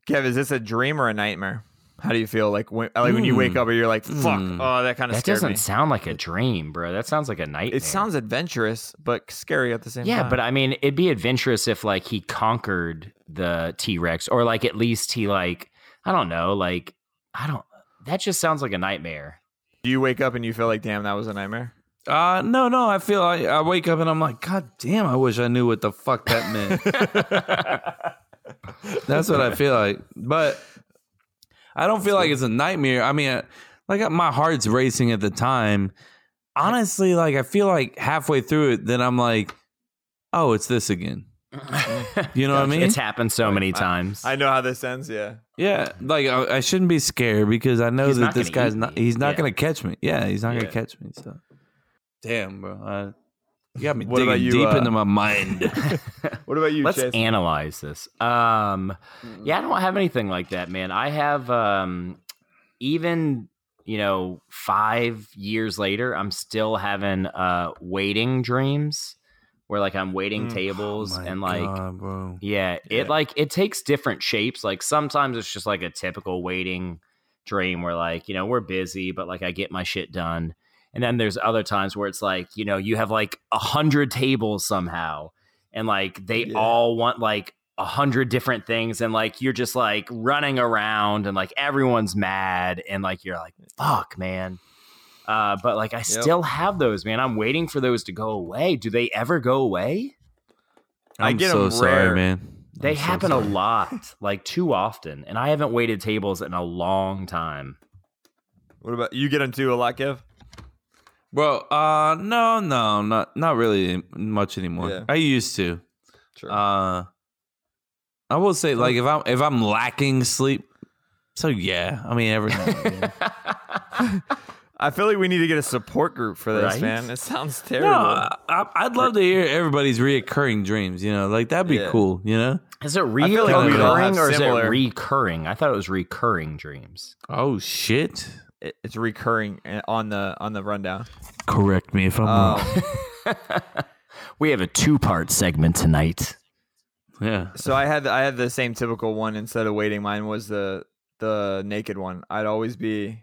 S2: Kev, is this a dream or a nightmare? How do you feel like when like when you wake
S5: Hmm.
S2: up and you're like, fuck,
S5: Hmm.
S2: oh, that kind of
S5: That
S2: scared
S5: doesn't
S2: me.
S5: sound like a dream, bro. That sounds like a nightmare.
S2: It sounds adventurous, but scary at the same
S5: yeah,
S2: time.
S5: but I mean, it'd be adventurous if like he conquered the T Rex, or like at least he like I don't know, like I don't. That just sounds like a nightmare.
S2: do you wake up and you feel like, damn, that was a nightmare?
S1: Uh, no, no. I feel like I wake up and I'm like, God damn! I wish I knew what the fuck that meant. That's what I feel like, but I don't feel like it's a nightmare. I mean, I- like my heart's racing at the time. Honestly, like I feel like halfway through it, then I'm like, oh, it's this again. You know what I mean?
S5: It's happened so many times.
S2: I know how this ends. Yeah,
S1: Yeah, like I, I shouldn't be scared because I know
S5: He's
S1: that
S5: not
S1: this
S5: gonna
S1: guy's
S5: eat
S1: not.
S5: me.
S1: He's not
S5: Yeah.
S1: gonna catch me. Yeah, he's not
S5: Yeah.
S1: gonna catch me. So, damn, bro, I, you got me
S2: What
S1: digging
S2: about you,
S1: deep
S2: uh,
S1: into my mind.
S2: What about you,
S5: Let's
S2: Chase? Mm-hmm.
S5: analyze this. Um, yeah, I don't have anything like that, man. I have um, even you know five years later, I'm still having uh waiting dreams where like I'm waiting
S2: Oh
S1: Mm.
S5: tables
S1: My
S5: and like
S1: God, bro.
S5: yeah, it like it takes different shapes. Like sometimes it's just like a typical waiting dream where like, you know, we're busy, but like I get my shit done. And then there's other times where it's like, you know, you have like a hundred tables somehow and like they
S2: Yeah.
S5: all want like a hundred different things and like you're just like running around and like everyone's mad and like you're like, fuck, man. Uh, but like I still have those, man. I'm waiting for those to go away. Do they ever go away?
S2: I
S1: I'm
S2: get
S1: so
S2: 'em
S1: sorry,
S2: rare.
S1: man.
S5: They
S1: I'm so
S5: happen a
S1: sorry.
S5: lot, like too often, and I haven't waited tables in a long time.
S2: What about you? Get them too a lot, Kev.
S1: bro. Uh, no, no, not not really much anymore.
S2: Yeah.
S1: I used to.
S2: Sure.
S1: Uh, I will say, like, if I'm if I'm lacking sleep, so yeah. I mean, every
S2: I feel like we need to get a support group for this,
S5: Right?
S2: man. It sounds terrible.
S1: no, I, I- I'd love to hear everybody's reoccurring dreams. You know, like that'd be
S2: Yeah.
S1: cool. You know.
S5: Is it
S2: feel like
S1: we'd
S2: all have
S5: reoccurring or is it
S2: similar-
S5: recurring? I thought it was recurring dreams.
S1: Oh shit!
S2: It- it's recurring uh, on the on the rundown.
S1: Correct me if I'm wrong.
S2: Um,
S5: We have a two-part segment tonight.
S1: Yeah.
S2: so I had I had the same typical one instead of waiting. Mine was the the naked one. I'd always be.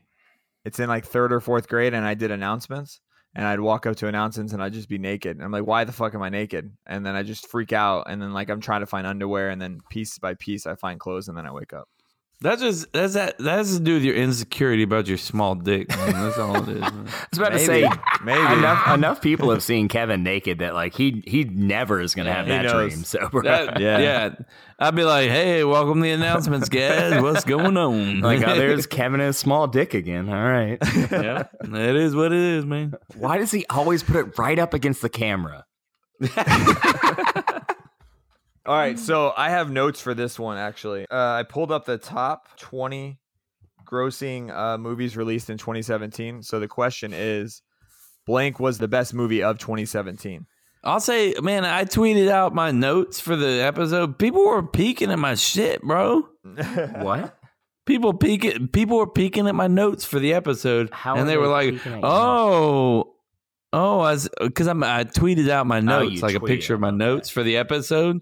S2: It's in like third or fourth grade, and I did announcements, and I'd walk up to announcements, and I'd just be naked. And I'm like, why the fuck am I naked? And then I just freak out, and then like I'm trying to find underwear, and then piece by piece I find clothes, and then I wake up.
S1: That's just that's that that has to do with your insecurity about your small dick. Man. That's all it is. Man.
S5: I was about to
S2: Maybe.
S5: say
S2: Maybe.
S5: enough enough people have seen Kevin naked that like he he never is gonna have
S2: he
S5: that
S2: knows.
S5: dream. So bro.
S1: That- yeah.
S2: Yeah.
S1: I'd be like, hey, welcome to the announcements, guys. What's going on?
S5: like oh, there's Kevin his small dick again. All right.
S1: yeah, it is what it is, man.
S5: Why does he always put it right up against the camera?
S2: All right, so I have notes for this one actually. Uh, I pulled up the top 20 grossing uh, movies released in 2017. So the question is, blank was the best movie of 2017.
S1: I'll say, man, I tweeted out my notes for the episode. People were peeking at my shit, bro.
S5: What?
S1: People peeking. People were peeking at my notes for the episode,
S5: How
S1: and
S5: are
S1: they
S5: they
S1: were like,
S5: peeking at your
S1: "Oh, oh," I because I'm I tweeted out my notes,
S5: Oh, you
S1: like a
S5: tweeted
S1: picture of my
S5: out,
S1: notes for the episode,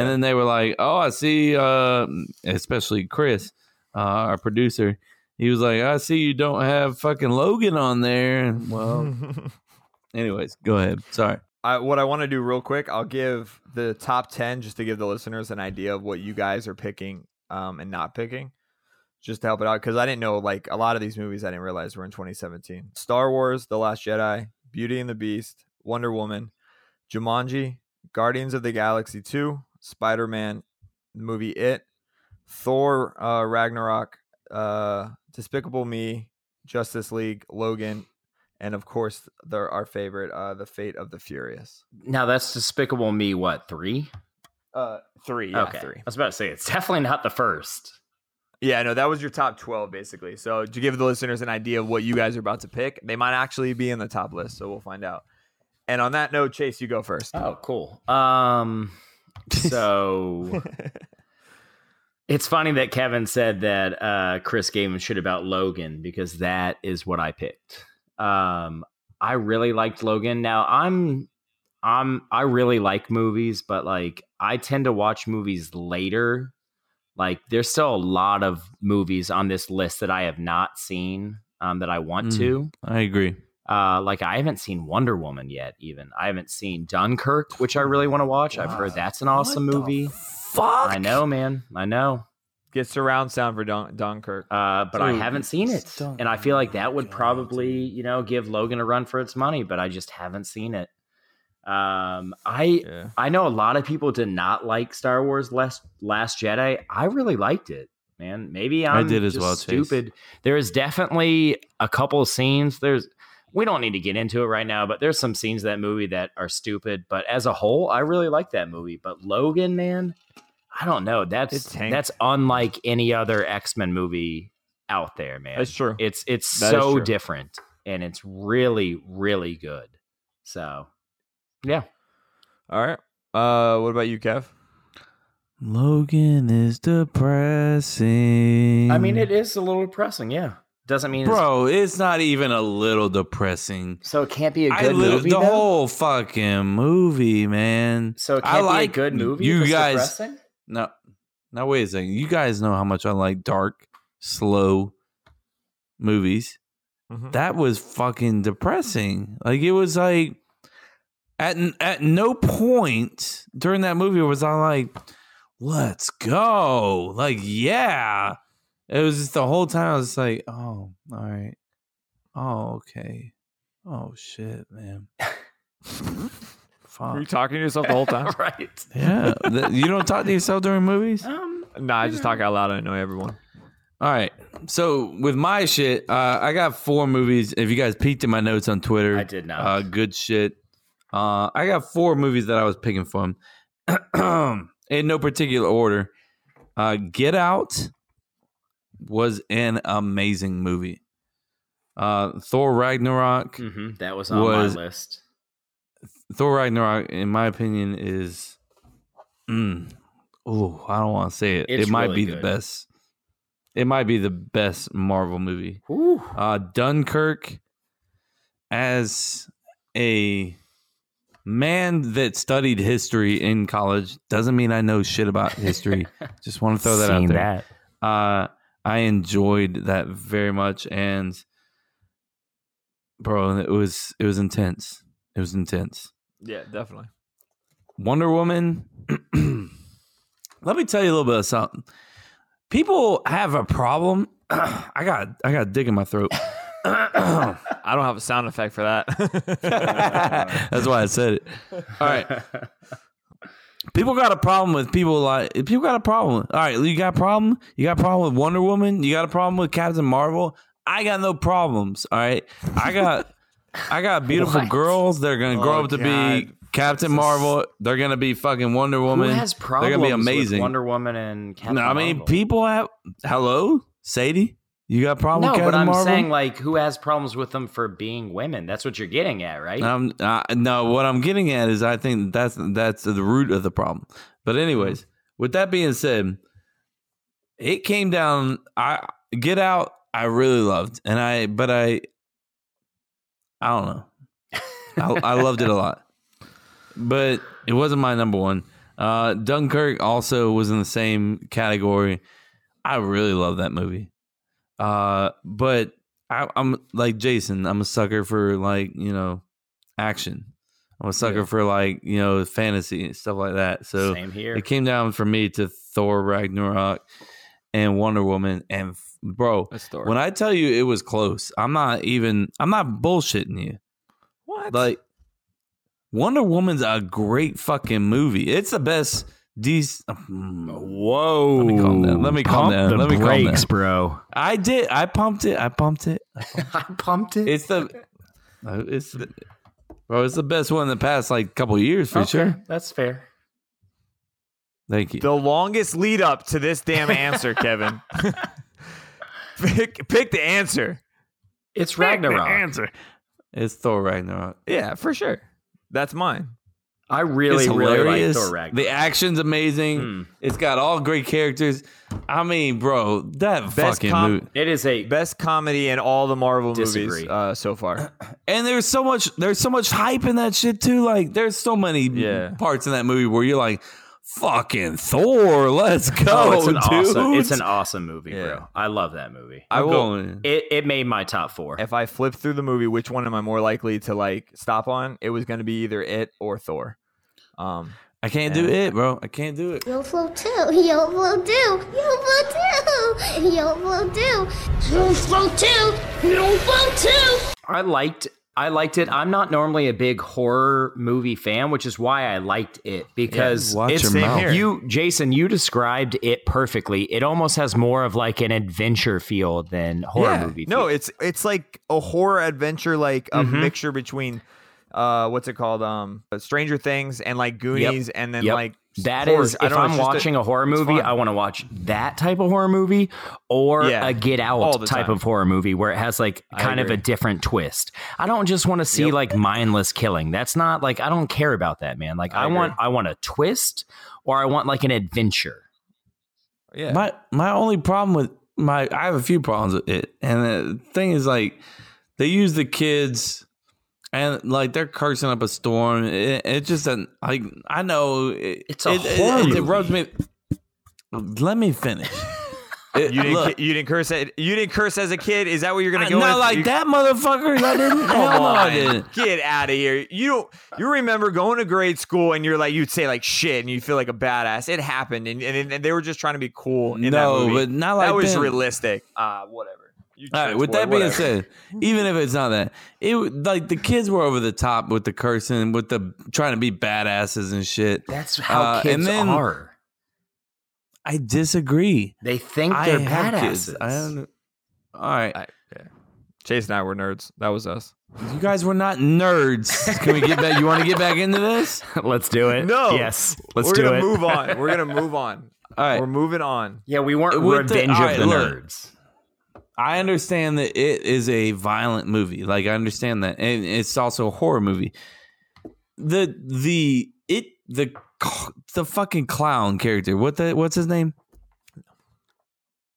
S1: and then they were like, "Oh, I see," uh, especially Chris, uh, our producer. He was like, "I see you don't have fucking Logan on there." And, Well, anyways, go ahead. Sorry.
S2: I, what I want to do real quick, I'll give the top 10 just to give the listeners an idea of what you guys are picking um, and not picking. just to help it out because I didn't know like a lot of these movies I didn't realize were in 2017. Star Wars: The Last Jedi, Beauty and the Beast, Wonder Woman, Jumanji, Guardians of the Galaxy 2, Spider Man, the movie It, Thor: uh, Ragnarok, uh, Despicable Me, Justice League, Logan, and of course, the, our favorite, uh, The Fate of the Furious.
S5: Now that's Despicable Me. What three?
S2: Uh, three. Yeah,
S5: okay,
S2: three.
S5: I was about to say it's definitely not the first.
S2: Yeah, no, that was your top 12, basically. So, to give the listeners an idea of what you guys are about to pick, they might actually be in the top list. So, we'll find out. And on that note, Chase, you go first.
S5: Oh, cool. Um, so it's funny that Kevin said that uh, Chris gave him shit about Logan because that is what I picked. Um, I really liked Logan. Now I'm, I'm, I really like movies, but like I tend to watch movies later like there's still a lot of movies on this list that I have not seen um, that I want
S1: Mm,
S5: to.
S1: I agree.
S5: Uh, like I haven't seen Wonder Woman yet. Even I haven't seen Dunkirk, which I really want to watch. I've heard that's an awesome movie.
S2: Fuck.
S5: I know, man. I know.
S2: Get surround sound for Don, Dunkirk.
S5: Uh, but I
S2: Dude,
S5: haven't seen it, and I feel like that would probably you know give Logan a run for its money. But I just haven't seen it. Um, I I know a lot of people did not like Star Wars Last Last Jedi. I really liked it, man. Maybe
S1: I
S5: I'm
S1: did as
S5: just
S1: well, Chase.
S5: stupid. There is definitely a couple of scenes. There's we don't need to get into it right now, but there's some scenes in that movie that are stupid. But as a whole, I really like that movie. But Logan, man, I don't know. That's
S2: It tanked.
S5: that's unlike any other X Men movie out there, man.
S2: That's true.
S5: It's it's
S2: That is
S5: so
S2: true.
S5: different, and it's really really good. So yeah.
S2: All right. Uh, what about you, Kev?
S1: Logan is depressing.
S5: I mean, it is a little depressing. Yeah, doesn't mean it's,
S1: Mm. bro, it's not even a little depressing.
S5: so it can't be a
S1: I
S5: good
S1: lit-
S5: movie.
S1: the
S5: though?
S1: whole fucking movie, man.
S5: so it can't
S1: I
S5: be
S1: like
S5: a good movie.
S1: You
S5: if it's
S1: guys,
S5: depressing?
S1: no, now wait a second. You guys know how much I like dark, slow movies. That was fucking depressing. Like it was like at at no point during that movie was I like, let's go, like yeah. It was just the whole time I was just like, oh, all right, oh okay, oh shit, man. Fuck.
S2: Were you talking to yourself the whole time?
S5: right.
S1: Yeah, th- you don't talk to yourself during movies.
S5: Um,
S2: Nah, I just talk out loud and annoy everyone.
S1: All right. So with my shit, uh, I got four movies. If you guys peeked in my notes on Twitter,
S5: I did not.
S1: Uh, good shit. Uh, I got four movies that I was picking from, in no particular order. Uh, Get Out was an amazing movie. Uh, Thor Ragnarok.
S5: hmm That was on
S1: Was-
S5: my list.
S1: Thor Ragnarok, in my opinion, is. Mm, oh, I don't want to say it.
S5: It's
S1: it might
S5: really
S1: be the
S5: good.
S1: best. It might be the best Marvel movie.
S5: Ooh.
S1: Uh, Dunkirk, as a man that studied history in college, doesn't mean I know shit about history. Just want to throw that out
S5: Seen
S1: there uh, I enjoyed that very much, and bro, it was it was intense. It was intense.
S2: Yeah, definitely.
S1: Wonder Woman. Let me tell you a little bit of something. People have a problem. I got I got a dig in my throat.
S2: I don't have a sound effect for that.
S1: That's why I said it. All right. People got a problem with people like people got a problem. All right, you got a problem. You got a problem with Wonder Woman. You got a problem with Captain Marvel. I got no problems. All right, I got I got beautiful
S5: What?
S1: girls. They're gonna grow
S2: Oh,
S1: up to
S2: God.
S1: be Captain Marvel. They're gonna be fucking Wonder Woman.
S5: Who has
S1: They're
S5: problems
S1: gonna be
S5: with
S1: amazing.
S5: Wonder Woman and Captain
S1: no, I mean
S5: Marvel?
S1: people have. Hello, Sadie. You got a problem?
S5: no,
S1: with
S5: but
S1: Captain
S5: I'm
S1: Marvel?
S5: saying like who has problems with them for being women? That's what you're getting at, right?
S1: Um, uh, no, what I'm getting at is I think that's that's the root of the problem. But anyways, with that being said, it came down. I get out. I really loved, and I but I, I don't know. I, I loved it a lot, but it wasn't my number one. Uh, Dunkirk also was in the same category. I really love that movie. Uh, but I, I'm like Jason. I'm a sucker for like you know action. I'm a sucker for like you know fantasy and stuff like that. So
S5: Same here.
S1: it came down for me to Thor Ragnarok and Wonder Woman and f- bro, when I tell you it was close, I'm not even I'm not bullshitting you. What? Like Wonder Woman's a great fucking movie. It's the best these whoa. Let me calm down. Let me calm
S5: Pump
S1: down.
S5: the
S1: Let me calm
S5: brakes,
S1: down.
S5: bro.
S1: I did. I pumped it. I pumped it. I pumped,
S5: it.
S1: It's the uh, it's the, bro, it's the best one in the past like couple years for
S5: Okay.
S1: sure.
S4: That's fair.
S1: Thank you.
S2: The longest lead up to this damn answer, Kevin. pick, pick the answer.
S5: It's Ragnarok.
S1: answer. It's Thor Ragnarok.
S2: Yeah, for sure. That's mine.
S5: I really,
S1: it's
S5: really like
S1: hilarious.
S5: Thor Ragnarok. Hmm.
S1: the action's amazing. It's got all great characters. I mean, bro, that
S2: Best
S1: fucking
S2: com-
S1: movie.
S5: It is a
S2: best comedy in all the Marvel movies
S5: Disagree.
S2: uh, so far.
S1: And there's so much there's so much hype in that shit too. Like there's so many
S2: Yeah.
S1: parts in that movie where you're like, fucking Thor, let's go.
S5: Oh, it's an
S1: dude.
S5: awesome. It's an awesome movie,
S2: Yeah.
S5: bro. I love that movie.
S2: I
S1: I'm
S2: will.
S1: going-
S5: It it made my top four.
S2: If I flip through the movie, which one am I more likely to like stop on? It was going to be either it or Thor. Um,
S1: I can't do it, bro. I can't do it.
S13: Yo flow too, yo flow too, yo flow too, yo flow too, yo flow too, yo flow too.
S5: I liked I liked it. I'm not normally a big horror movie fan, which is why I liked it because
S1: Yeah, watch
S5: it's
S1: your Same mouth. here.
S5: you Jason, you described it perfectly. It almost has more of like an adventure feel than horror
S2: yeah.
S5: movie.
S2: No,
S5: feel.
S2: it's it's like a horror adventure, like a
S5: Mhm.
S2: mixture between uh, what's it called, um, Stranger Things and like Goonies, and then
S5: Yep.
S2: like
S5: that
S2: horror.
S5: is
S2: I
S5: if
S2: don't know, it's
S5: I'm
S2: just
S5: watching a, horror
S2: it's
S5: movie,
S2: fun.
S5: I want to watch that type of horror movie or
S2: Yeah,
S5: a Get
S2: all
S5: Out
S2: the
S5: type
S2: time.
S5: of horror movie where it has like
S2: I
S5: kind of a
S2: agree.
S5: different twist. I don't just want to see
S2: Yep.
S5: like mindless killing. That's not like I don't care about that, man. Like
S2: I
S5: I, want I want a twist or I want like an adventure.
S2: yeah.
S1: My my only problem with my I have a few problems with it, and the thing is like they use the kids and like they're cursing up a storm. It, it just doesn't. Like I know it,
S5: It's a
S1: it, it-
S5: horror
S1: It, it rubs me. Let me finish. It-
S2: You didn't,
S1: look,
S2: cu- you didn't curse at, you didn't curse as a kid. Is that what you're gonna
S1: I-
S2: go?
S1: not
S2: with?
S1: like
S2: You-
S1: that, motherfucker. I didn't.
S2: Come
S1: hell no, I
S2: on,
S1: didn't.
S2: get out of here. You don't, you remember going to grade school and you're like you'd say like shit and you feel like a badass. It happened and and, and they were just trying to be cool. In
S1: No,
S2: that movie.
S1: but not
S2: that
S1: like
S2: was
S1: them.
S2: realistic. Ah, whatever. You
S1: All right.
S2: church
S1: With
S2: boy,
S1: that being
S2: whatever.
S1: said, even if it's not that, it w- like the kids were over the top with the cursing, with the trying to be badasses and shit.
S5: That's how
S1: Uh,
S5: kids
S1: and then
S5: are.
S1: I disagree.
S5: They think
S1: I
S5: they're
S1: have
S5: badasses.
S1: kids. I don't. All right,
S2: I- yeah. Chase and I were nerds. That was us.
S1: you guys were not nerds. Can we get back? You want to get back into this?
S5: let's do it.
S2: No.
S5: Yes. Let's
S2: we're
S5: do
S2: gonna
S5: it.
S2: move on. We're gonna move on.
S1: All right.
S2: We're moving on.
S5: Yeah, we weren't
S1: With the-
S5: revenge
S1: all
S5: of
S1: right,
S5: the
S1: look.
S5: nerds.
S1: I understand that it is a violent movie. Like I understand that, and it's also a horror movie. The the it the c- the fucking clown character. What the what's his name?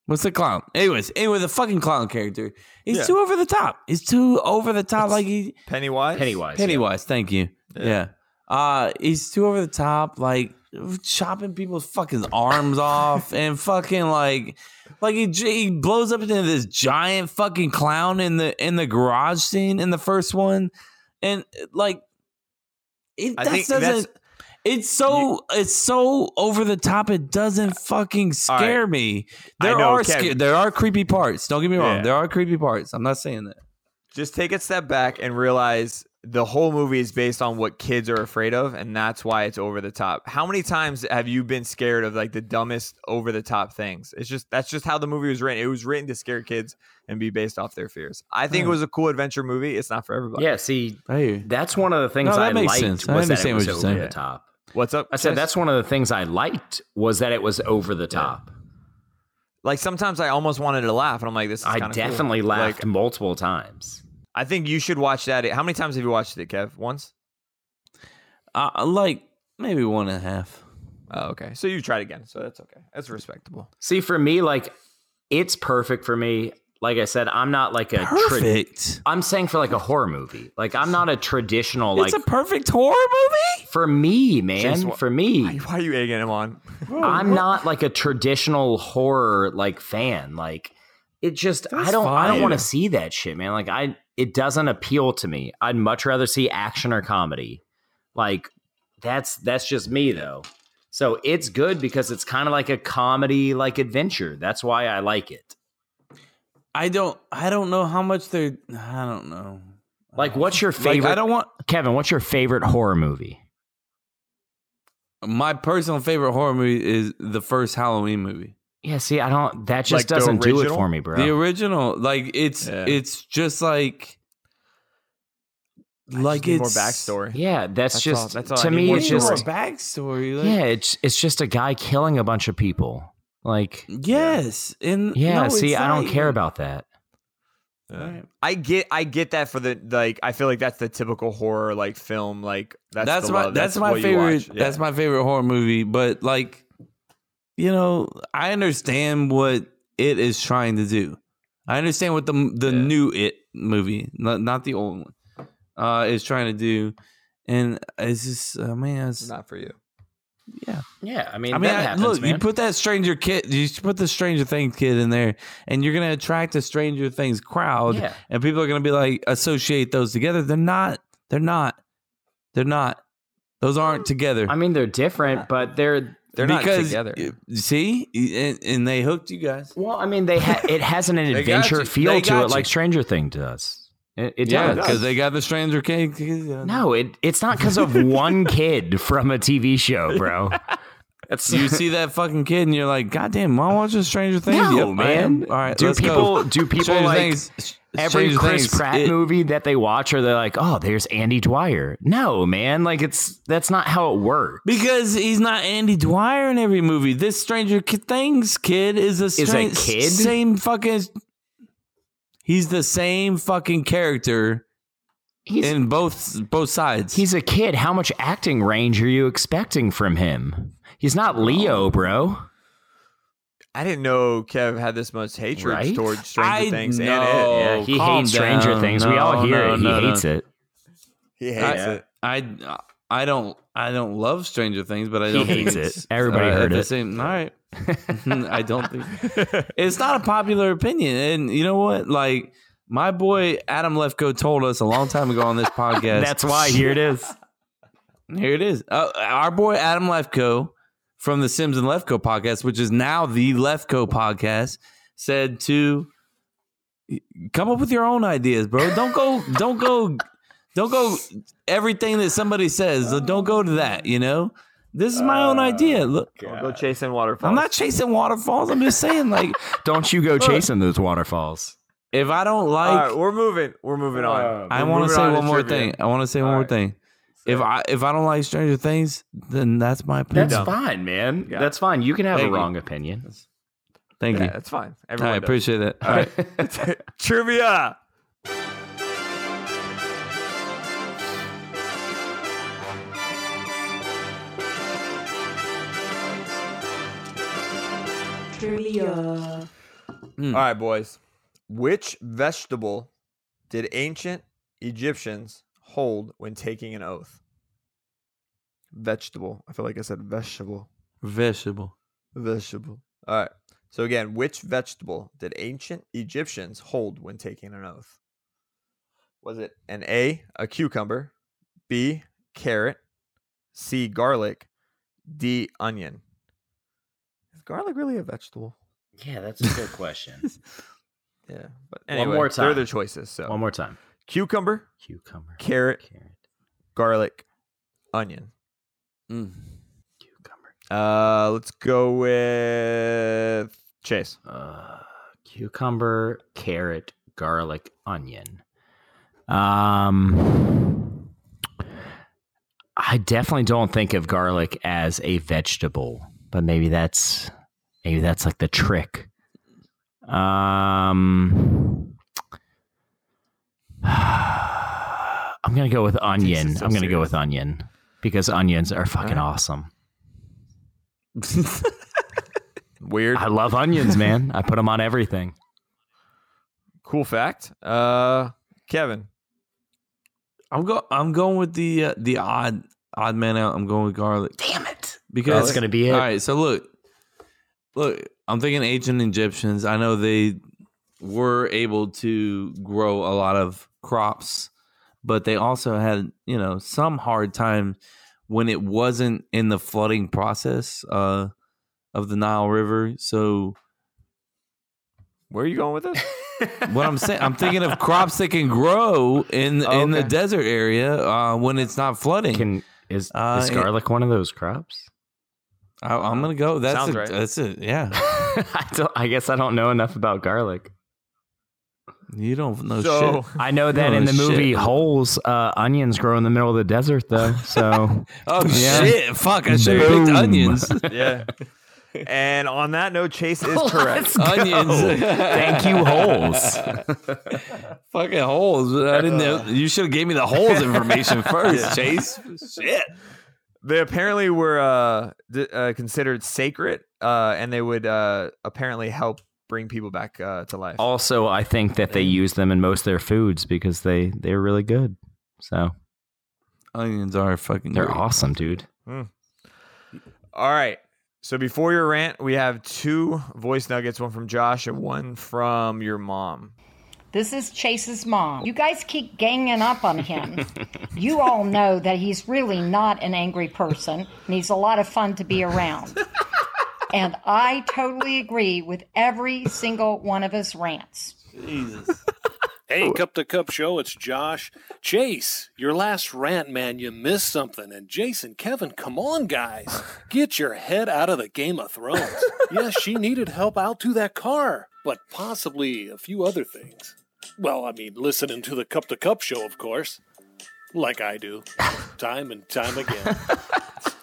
S1: What's the clown? Anyways, anyway, the fucking clown character. He's
S2: Yeah.
S1: too over the top. He's too over the top. like he
S2: Pennywise.
S5: Pennywise. yeah.
S1: Pennywise. Thank you. Yeah. Uh, he's too over the top, like chopping people's fucking arms off and fucking like, like he, he blows up into this giant fucking clown in the in the garage scene in the first one, and like, it
S2: I
S1: that
S2: think that's-
S1: doesn't. It's so it's so over the top. It doesn't fucking
S2: All right.
S1: scare me.
S2: I
S1: There
S2: know,
S1: are
S2: Kev-
S1: sca- there are creepy parts. Don't get me wrong.
S2: Yeah.
S1: There are creepy parts. I'm not saying that.
S2: just take a step back and realize the whole movie is based on what kids are afraid of and that's why it's over the top how many times have you been scared of like the dumbest over the top things it's just that's just how the movie was written it was written to scare kids and be based off their fears i think it was a cool adventure movie it's not for everybody
S5: Hmm. Yeah, see,
S1: Hey,
S5: that's one of the things
S1: No, that
S5: I
S1: makes
S5: liked
S1: sense. I
S5: was that it
S1: understand what
S5: was
S1: you're
S5: over
S1: saying.
S5: the top.
S2: what's up
S5: I said
S2: Chris?
S5: that's one of the things I liked was that it was over the top.
S2: like sometimes i almost wanted to laugh and i'm like this is
S5: I
S2: kinda cool.
S5: definitely
S2: Like,
S5: laughed multiple times.
S2: i think you should watch that how many times have you watched it kev once
S1: Uh, like maybe one and a half.
S2: oh okay so you tried again so that's okay that's respectable
S5: See, for me, like it's perfect for me. Like I said, I'm not like a trad-
S1: Perfect.
S5: I'm saying for like a horror movie. Like I'm not a traditional like
S1: it's a perfect horror movie.
S5: for me, man.
S2: James, wha-
S5: for me,
S2: why are you egging him on
S1: Oh,
S5: I'm not like a traditional horror like fan. Like it just I
S1: That's
S5: don't I don't
S1: fine.
S5: want to see that shit, man. Like I it doesn't appeal to me. I'd much rather see action or comedy. Like that's that's just me though. So it's good because it's kind of like a comedy like adventure. That's why I like it.
S1: I don't I don't know how much they're I don't know. Uh,
S5: Like what's your
S1: Like,
S5: favorite
S1: I don't want
S5: Kevin, what's your favorite horror movie?
S1: my personal favorite horror movie is the first Halloween movie.
S5: Yeah, see, I don't that just
S1: Like the
S5: doesn't do it
S1: original?
S5: for me, bro.
S1: The original, like it's
S5: Yeah.
S1: it's just like like
S5: need more
S1: it's
S5: backstory. Yeah, that's That's just- all- that's all to I need. me,
S1: What
S5: it's
S1: do you want
S5: just-
S1: a backstory. like-
S5: yeah, it's it's just a guy killing a bunch of people. Like
S1: Yes, and
S5: Yeah,
S1: no,
S5: see,
S1: it's
S5: I don't
S1: not
S5: care
S1: even-
S5: about that.
S2: I get I get that for the like I feel like that's the typical horror like film like that's
S1: that's,
S2: the
S1: my
S2: love,
S1: that's, my
S2: what you
S1: favorite
S2: watch. Yeah.
S1: that's my favorite horror movie but like you know i understand what it is trying to do i understand what the the new it movie not, not the old one uh is trying to do and it's just uh, man it's
S2: not for you
S1: yeah
S5: Yeah, I mean,
S1: I mean,
S5: that
S1: I-
S5: happens,
S1: look, you
S5: man.
S1: put that Stranger Kid, you should put the Stranger Things kid in there, and you're gonna attract a Stranger Things crowd,
S5: Yeah.
S1: and people are gonna be like associate those together. They're not. They're not. They're not. Those
S2: Mm.
S1: aren't together. I
S5: mean, they're different, but they're
S2: They're not together.
S1: See, and, and they hooked you guys.
S5: Well, I mean, they ha- it has an
S1: They got
S5: adventure
S1: you.
S5: feel
S1: They
S5: to
S1: got
S5: it
S1: you.
S5: like Stranger Thing does. It, it
S1: yeah,
S5: does.
S1: because they got the Stranger Kid.
S5: No, it it's not because of one kid from a TV show, bro. That's
S1: you see that fucking kid, and you're like, God damn, mom watches Stranger Things.
S5: No,
S1: Yep, I am.
S5: man.
S1: All right,
S5: do
S1: let's go.
S5: people do people
S1: Stranger
S5: like
S1: Things-
S5: every
S1: Stranger
S5: Chris
S1: Things,
S5: Pratt
S1: it-
S5: movie that they watch? Are they like, oh, there's Andy Dwyer? No, man. Like it's that's not how it works.
S1: Because he's not Andy Dwyer in every movie. This Stranger Ki- Things kid is a,
S5: a
S1: stra-
S5: kid?
S1: Same fucking. He's the same fucking character in both both sides.
S5: He's a kid. How much acting range are you expecting from him? He's not Leo, bro.
S2: I didn't know Kev had this much hatred
S5: Right?
S2: towards Stranger
S1: I
S2: Things
S1: know.
S2: and
S5: Yeah,
S2: it.
S5: he hates Stranger Things. we all hear it. He hates it.
S2: He hates
S1: I,
S2: it.
S1: I I don't I don't love Stranger Things, but I
S5: He
S1: don't
S5: hates
S1: think
S5: it.
S1: it's-
S5: Everybody
S1: at
S5: heard
S1: the
S5: it.
S1: Same, all right. I don't think it's not a popular opinion, and you know what? Like my boy Adam Lefko told us a long time ago on this podcast.
S5: That's why here it is.
S1: Here it is. Uh, our boy Adam Lefko from the Sims and Lefko podcast, which is now the Lefko podcast, said to come up with your own ideas, bro. Don't go, don't go, don't go. Everything that somebody says, don't go to that. You know, this is my own
S2: Oh,
S1: idea. Look,
S2: Go chasing waterfalls.
S1: I'm not chasing waterfalls. I'm just saying, like,
S5: Don't you go
S1: Look.
S5: chasing those waterfalls.
S1: if I don't like,
S2: All right, we're moving. We're moving on.
S1: I
S2: We're
S1: want to
S2: moving
S1: say
S2: on
S1: one more
S2: trivia.
S1: thing. I want to say one more thing. If I if I don't like Stranger Things, then that's my opinion.
S5: That's fine, man. That's fine. You can have
S1: Thank
S5: a
S1: you.
S5: wrong opinion.
S1: Thank
S2: Yeah,
S1: you.
S2: that's fine.
S1: I
S2: Everyone does.
S1: appreciate that. All right.
S2: Trivia.
S14: uh,
S15: Trivia.
S1: Hmm.
S2: All right, boys. Which vegetable did ancient Egyptians hold when taking an oath? Vegetable. I feel like I said vegetable.
S1: Vegetable.
S2: Vegetable. All right. So again, which vegetable did ancient Egyptians hold when taking an oath? Was it an A, a cucumber, B, carrot, C, garlic, D, onion? Is garlic really a vegetable?
S5: Yeah, that's a good question.
S2: Yeah. But
S5: One
S2: anyway,
S5: more
S2: They're
S5: time.
S2: the choices. So
S5: One more time.
S2: cucumber,
S5: Cucumber.
S2: carrot, garlic, onion.
S1: Mm.
S2: Uh, let's go with Chase.
S5: Uh, cucumber, carrot, garlic, onion. Um, I definitely don't think of garlic as a vegetable, but maybe that's maybe that's like the trick. Um, I'm gonna go with onion. I'm gonna go with onion because onions are fucking awesome.
S2: Weird.
S5: I love onions, man. I put them on everything.
S2: Cool fact. Uh, Kevin.
S1: I'm go. I'm going with the uh, the odd odd man out. I'm going with garlic.
S5: Damn it!
S1: Because
S5: That's gonna be it.
S1: All right. So look, look. I'm thinking ancient Egyptians. I know they were able to grow a lot of crops, but they also had you know some hard time when it wasn't in the flooding process uh, of the Nile River. So,
S2: where are you going with this?
S1: what I'm saying, I'm thinking of crops that can grow in in the desert area uh, when it's not flooding.
S5: Oh, Can is,
S1: Uh,
S5: is
S1: it-
S5: garlic one of those crops?
S1: I, I'm gonna go. That's
S5: Sounds
S1: a,
S5: right.
S1: That's it. Yeah.
S5: I, don't, I guess I don't know enough about garlic.
S1: You don't know
S2: So-
S1: shit.
S5: I know that
S1: You
S5: in
S1: don't
S5: the
S1: know shit.
S5: movie Holes, uh, onions grow in the middle of the desert, though. So,
S1: Oh
S5: Yeah.
S1: shit! Fuck! I should have picked
S5: Boom.
S1: onions.
S2: yeah. And on that note, Chase is correct. Oh,
S5: Let's go.
S1: Onions.
S5: Thank you, Holes.
S1: Fucking holes. I didn't
S5: Uh.
S1: know. You should have gave me the holes information first,
S2: Yeah.
S1: Chase. Shit.
S2: They apparently were uh, d- uh, considered sacred, uh, and they would uh, apparently help bring people back uh, to life.
S5: Also, I think that they use them in most of their foods because they they're really good. So
S1: Onions are fucking.
S5: they're
S1: great.
S5: awesome, dude.
S2: All right. So before your rant, we have two voice nuggets, one from Josh and one from your mom.
S14: This is Chase's mom. You guys keep ganging up on him. you all know that he's really not an angry person, and he's a lot of fun to be around. and I totally agree with every single one of his rants.
S16: Jesus. hey, Cup to Cup Show, it's Josh. Chase, your last rant, man, you missed something. And Jason, Kevin, come on, guys. Get your head out of the Game of Thrones. yes, she needed help out to that car, but possibly a few other things. Well, I mean, listening to the Cup to Cup Show, of course, like I do, time and time again.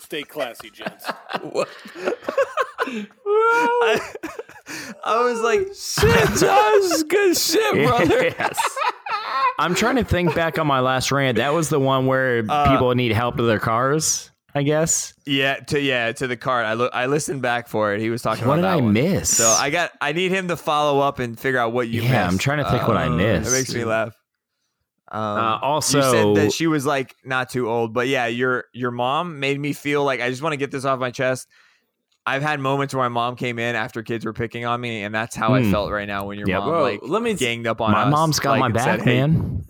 S16: Stay classy, gents.
S2: I, I was like,
S1: shit, Josh, good shit, brother.
S5: Yes. I'm trying to think back on my last rant. That was the one where
S2: Uh,
S5: people need help to their cars, I guess.
S2: Yeah, to yeah to the card. I lo- I listened back for it. He was talking.
S5: What
S2: about that
S5: did I
S2: one.
S5: miss?
S2: So I got. I need him to follow up and figure out what you.
S5: Yeah, I'm
S2: missed.
S5: trying to think what I missed.
S2: It makes me laugh. Um,
S5: Uh,
S2: you said
S5: also-
S2: that she was like not too old, but yeah, your your mom made me feel like I just want to get this off my chest. I've had moments where my mom came in after kids were picking on me, and that's how I
S5: Hmm.
S2: felt right now when your
S5: Yeah,
S2: mom
S5: bro,
S2: like
S1: let me
S2: ganged up on
S5: My
S2: us,
S5: mom's got
S2: like,
S5: my
S2: and said,
S5: back,
S2: "Hey,
S5: man.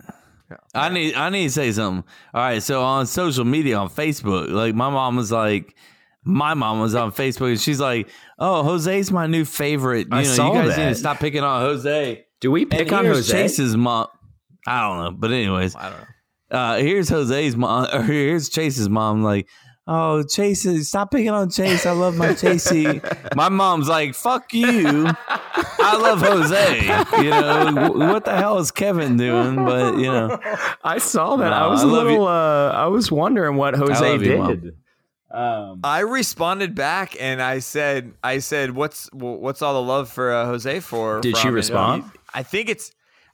S1: I need I need to say something. All right, so on social media on Facebook, like my mom was like my mom was on Facebook and she's like, "Oh, Jose's my new favorite. You
S5: I
S1: know,
S5: saw
S1: you guys
S5: that.
S1: need to stop picking on Jose."
S5: Do we pick
S1: and
S5: on
S1: here's
S5: Jose?
S1: Chase's mom. I don't know, but anyways, I
S2: don't know.
S1: Uh, here's Jose's mom. Or here's Chase's mom. Like, oh, Chase, stop picking on Chase. I love my Chasey. my mom's like, fuck you. I love Jose. You know w- what the hell is Kevin doing? But you know,
S5: I saw that.
S1: No,
S5: I was
S1: I
S5: a
S1: love
S5: little.
S1: you.
S5: Uh, I was wondering what Jose
S1: love you, Mom.
S5: did. Um,
S2: I responded back and I said, I said, what's wh- what's all the love for uh, Jose for?
S5: Did she
S2: from?" And
S5: respond?
S2: he- I think it's,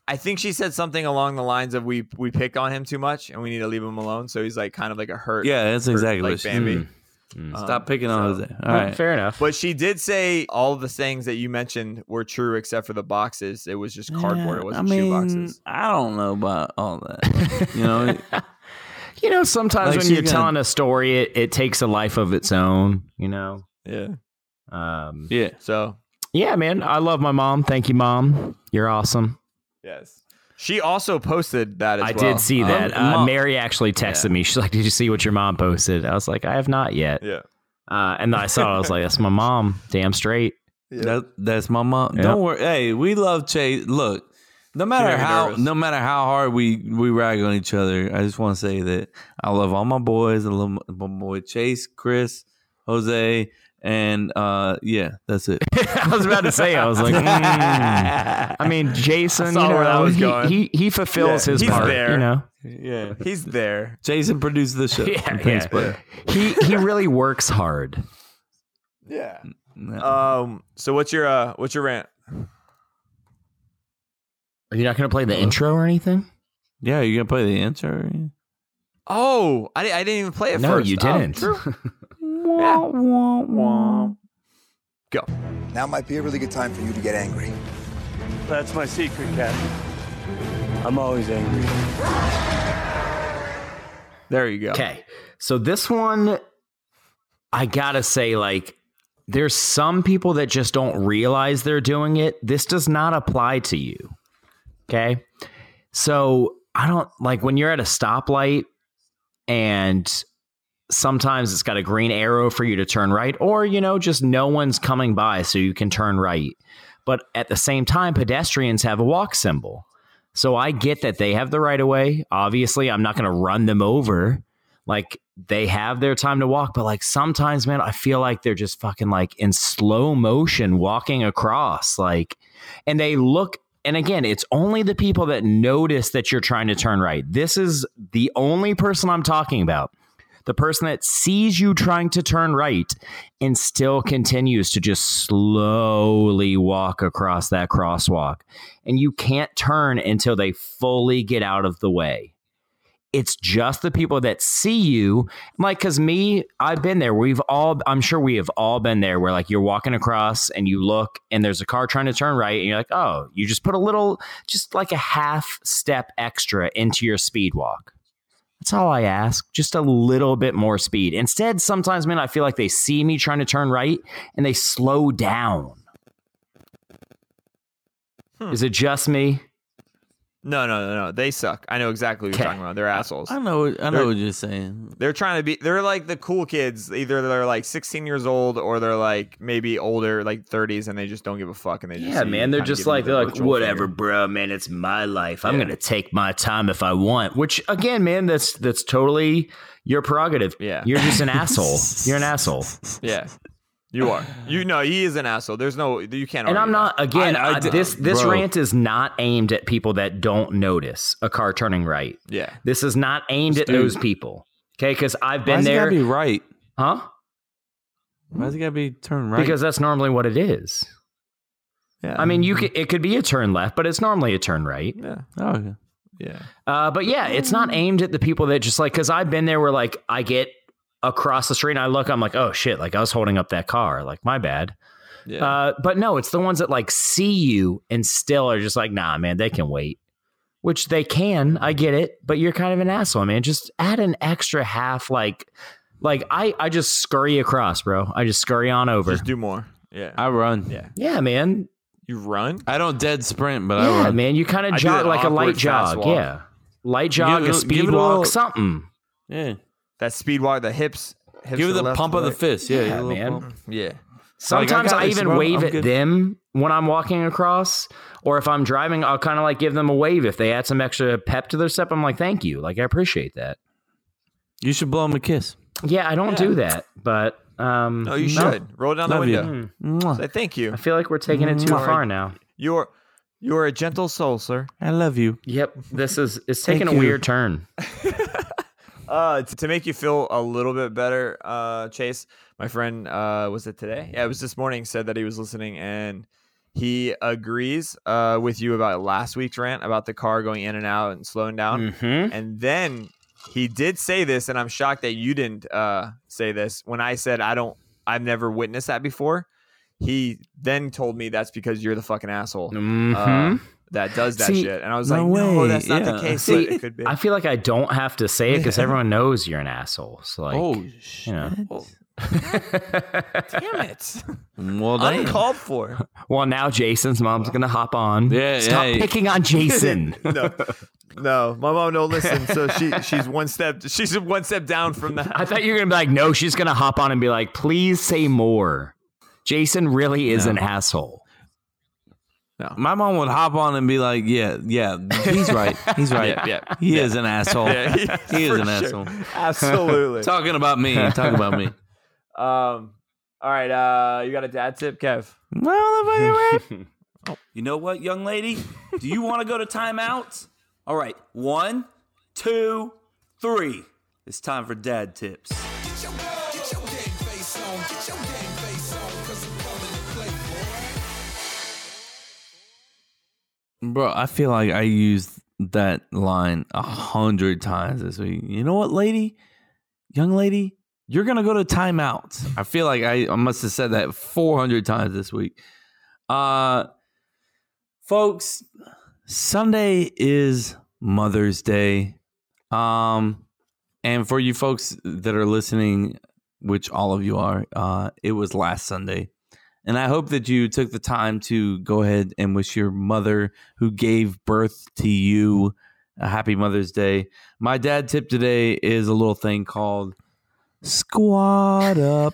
S2: I think she said something along the lines of we we pick on him too much and we need to leave him alone. So he's like kind of like a hurt.
S1: yeah, that's
S2: hurt,
S1: exactly
S2: like
S1: what she Mm.
S2: Bambi.
S5: Mm.
S2: Um,
S1: Stop picking on Jose. All
S5: Well,
S1: right.
S5: Fair enough.
S2: But she did say all the things that you mentioned were true except for the boxes. It was just cardboard. it
S1: I
S2: wasn't shoe
S1: mean,
S2: boxes.
S1: I don't know about all that. You know,
S5: You know, sometimes
S1: Like
S5: when
S1: she's
S5: you're
S1: gonna-
S5: telling a story, it, it takes a life of its own. You know.
S2: Yeah.
S5: Um,
S1: yeah.
S2: So
S5: Yeah, man. I love my mom. Thank you, mom. You're awesome.
S2: yes, she also posted that. As
S5: I
S2: well.
S5: did see
S2: Um,
S5: that. uh,
S2: Mom-
S5: Mary actually texted me. She's like, "Did you see what your mom posted?" I was like, "I have not yet."
S2: Yeah.
S5: Uh, and I saw. I was like, "That's my mom. Damn straight."
S1: That, that's my mom.
S5: Yeah.
S1: Don't worry. Hey, we love Chase. Look, no matter
S2: made me
S1: how
S2: nervous.
S1: no matter how hard we we rag on each other, I just want to say that I love all my boys. I love my, my boy Chase, Chris, Jose, and uh, yeah, that's it. mm.
S5: I was about to say. I was like, mm. I mean, Jason.
S2: I saw
S5: you know,
S2: where that was
S5: he,
S2: going.
S5: he he fulfills
S2: Yeah,
S5: his
S2: he's
S5: part.
S2: there.
S5: You know.
S1: yeah,
S2: He's there.
S1: Jason produced the show.
S5: Yeah,
S1: Thanks,
S5: yeah.
S1: buddy.
S5: He he really works hard.
S2: Yeah.
S1: No.
S2: Um. So what's your uh? What's your rant?
S5: Are you not going to play the intro or anything?
S1: yeah, you gonna play the intro?
S2: Oh, I, di- I didn't even play it
S5: no,
S2: first.
S5: you
S2: Oh,
S5: didn't.
S2: true. Yeah. Go.
S17: Now might be a really good time for you to get angry.
S18: That's my secret, Captain. I'm always angry.
S2: There you go.
S5: Okay. So this one, I gotta say, like, there's some people that just don't realize they're doing it. This does not apply to you. Okay. So I don't like when you're at a stoplight and sometimes it's got a green arrow for you to turn right, or, you know, just no one's coming by so you can turn right. But at the same time, pedestrians have a walk symbol. So I get that they have the right of way. Obviously, I'm not going to run them over. Like they have their time to walk, but like sometimes, man, I feel like they're just fucking like in slow motion walking across. Like, and they look, and again, it's only the people that notice that you're trying to turn right. This is the only person I'm talking about. The person that sees you trying to turn right and still continues to just slowly walk across that crosswalk. And you can't turn until they fully get out of the way it's just the people that see you like because me i've been there we've all i'm sure we have all been there where like you're walking across and you look and there's a car trying to turn right and you're like oh you just put a little just like a half step extra into your speed walk that's all i ask just a little bit more speed instead sometimes man i feel like they see me trying to turn right and they slow down is it just me
S2: No, no, no, no. They suck. I know exactly what you're talking about. They're assholes.
S1: I know. I know
S2: They're-
S1: what you're saying.
S2: They're trying to be. They're like the cool kids. Either they're like 16 years old, or they're like maybe older, like 30s, and they just don't give a fuck. And they just
S5: Yeah,
S2: see you
S5: man. They're
S2: kinda
S5: just
S2: give you
S5: like
S2: the
S5: they're like
S2: virtual
S5: whatever,
S2: finger.
S5: bro. Man, it's my life. I'm
S2: Yeah.
S5: gonna take my time if I want. Which again, man, that's that's totally your prerogative. Yeah, you're just an asshole. You're an asshole.
S2: Yeah, you are. You know, he is an asshole. There's no. You can't.
S5: And
S2: argue
S5: I'm not
S2: that.
S5: again. I- this this
S2: Bro.
S5: rant is not aimed at people that don't notice a car turning right.
S2: Yeah.
S5: This is not aimed at
S1: Dude.
S5: those people. Okay, because I've been
S1: Why's it gotta
S5: there.
S1: be right,
S5: huh?
S1: Why's it gotta be turn right?
S5: Because that's normally what it is.
S1: Yeah.
S5: I mean,
S2: Um,
S5: you could, it could be a turn left, but it's normally a turn right.
S2: Yeah.
S1: oh yeah.
S2: Yeah.
S5: Uh, but yeah, it's not
S1: Mm.
S5: aimed at the people that just like because I've been there where like I get across the street and I look, I'm like, oh shit, like I was holding up that car, like my bad. Uh, but no, it's the ones that like see you and still are just like, nah, man, they can wait, which they can.
S1: Mm.
S5: I get it, but you're kind of an asshole, man. Just add an extra half, like, like I I just scurry across, bro. I just scurry on over. Just
S2: do more. Yeah.
S1: I run.
S2: Yeah.
S5: Yeah, man.
S2: You run?
S1: I don't dead sprint, but I
S5: yeah,
S1: run.
S5: man. You kind
S1: I
S5: of
S1: do
S5: jog
S1: that
S5: like a light
S1: awkward fast
S5: jog.
S1: walk.
S5: Yeah. Light
S1: Give
S5: jog,
S1: it
S5: a
S1: a- give
S5: speed
S1: it a
S5: walk,
S1: little-
S5: something.
S1: Yeah.
S2: That speed walk, the hips. hips
S1: Give
S2: to
S1: it the
S2: left,
S1: pump of the
S2: right.
S1: fist. Yeah,
S5: Yeah,
S1: a little
S5: man.
S1: pump.
S2: Yeah.
S1: Like,
S5: Sometimes
S1: I
S5: I,
S1: got this,
S5: even
S1: bro.
S5: wave
S1: I'm
S5: at
S1: good.
S5: them when I'm walking across, or if I'm driving, I'll kind of like give them a wave. If they add some extra pep to their step, I'm like, thank you. Like, I appreciate that.
S1: You should blow him a kiss.
S5: Yeah, I don't
S1: Yeah.
S5: do that, but. Um,
S2: No, you should roll down the
S1: Mm-hmm. Love you. Mm.
S2: window.
S1: Mwah.
S2: Say thank you.
S5: I feel like we're taking it too
S2: Mwah.
S5: far now.
S2: You're you're a gentle soul, sir.
S1: I love you.
S5: Yep, this is it's
S2: Thank
S5: taking a
S2: you.
S5: weird turn.
S2: Uh, t- to make you feel a little bit better, uh, Chase, my friend, uh, was it today? Yeah, it was this morning. Said that he was listening and he agrees uh, with you about last week's rant about the car going in and out and slowing
S1: Uh, Mm.
S2: down.
S5: Mhm.
S2: And then he did say this, and I'm shocked that you didn't uh, say this when I said I don't. I've never witnessed that before. He then told me that's because you're the fucking asshole uh,
S5: Mhm.
S2: that does that
S5: See,
S2: shit, and I was
S5: no
S2: like, no,
S5: way,
S2: that's not the
S5: yeah.
S2: case.
S5: See,
S2: but it could be.
S5: I feel like I don't have to say it because
S2: Yeah.
S5: everyone knows you're an asshole. So like,
S1: Oh,
S5: you know.
S2: Damn it!
S1: Well, damn.
S2: Uncalled for.
S5: Well, now Jason's mom's gonna hop on.
S1: Yeah,
S5: stop
S1: yeah.
S5: picking on Jason.
S2: no, no, my mom don't listen. So she she's one step she's one step down from that.
S5: I thought you were gonna be like, no, she's gonna hop on and be like, please say more. Jason really is an asshole.
S1: My mom would hop on and be like, "Yeah, yeah, he's right. He's right.
S5: Yeah, yeah,
S1: he
S5: yeah.
S1: is an asshole.
S5: Yeah,
S1: he,
S5: yeah,
S1: is
S5: for
S1: an
S5: sure.
S1: asshole.
S2: Absolutely.
S1: Talking about me. Talking about me.
S2: Um. All right. Uh, you got a dad tip, Kev?
S1: Oh, You know what, young lady? Do you want to go to timeout? All right, one, two, three. It's time for dad tips. Bro, I feel like I used that line a hundred times this week. You know what, lady? Young lady, you're gonna go to timeout. I feel like I, I must have said that four hundred times this week. Uh folks, Sunday is Mother's Day. Um and for you folks that are listening, which all of you are, uh, it was last Sunday. And I hope that you took the time to go ahead and wish your mother who gave birth to you a happy Mother's Day. My dad tip today is a little thing called Squat up.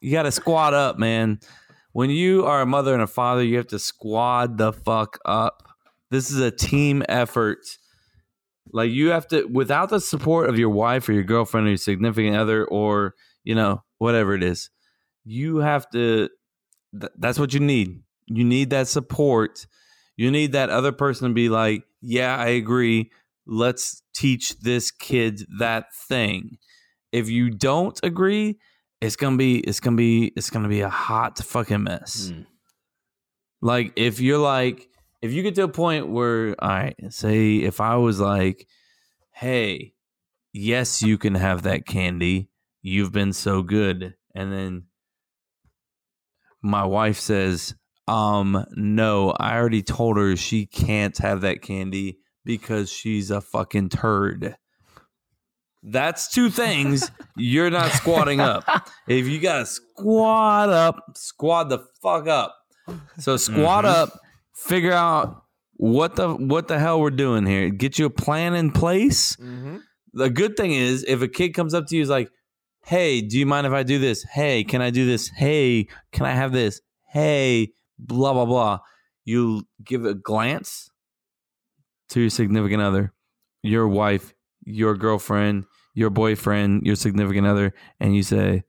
S1: you got to squat up, man. When you are a mother and a father, you have to squad the fuck up. This is a team effort. Like you have to, without the support of your wife or your girlfriend or your significant other or you know whatever it is, you have to. th- that's what you need. You need that support. You need that other person to be like, "Yeah, I agree. Let's teach this kid that thing." If you don't agree, it's gonna be it's gonna be it's gonna be a hot fucking mess. Like if you're like if you get to a point where all right, say if I was like, hey, yes, you can have that candy. You've been so good. And then my wife says, um, no, I already told her she can't have that candy because she's a fucking turd. That's two things you're not squatting up. If you got to squat up, squat the fuck up. So squat
S5: Mhm.
S1: up, figure out what the what the hell we're doing here. Get you a plan in place. The good thing is if a kid comes up to you is like, "Hey, do you mind if I do this? Hey, can I do this? Hey, can I have this? Hey, blah blah blah." You give a glance to your significant other, your wife, your girlfriend, your boyfriend, your significant other, and you say,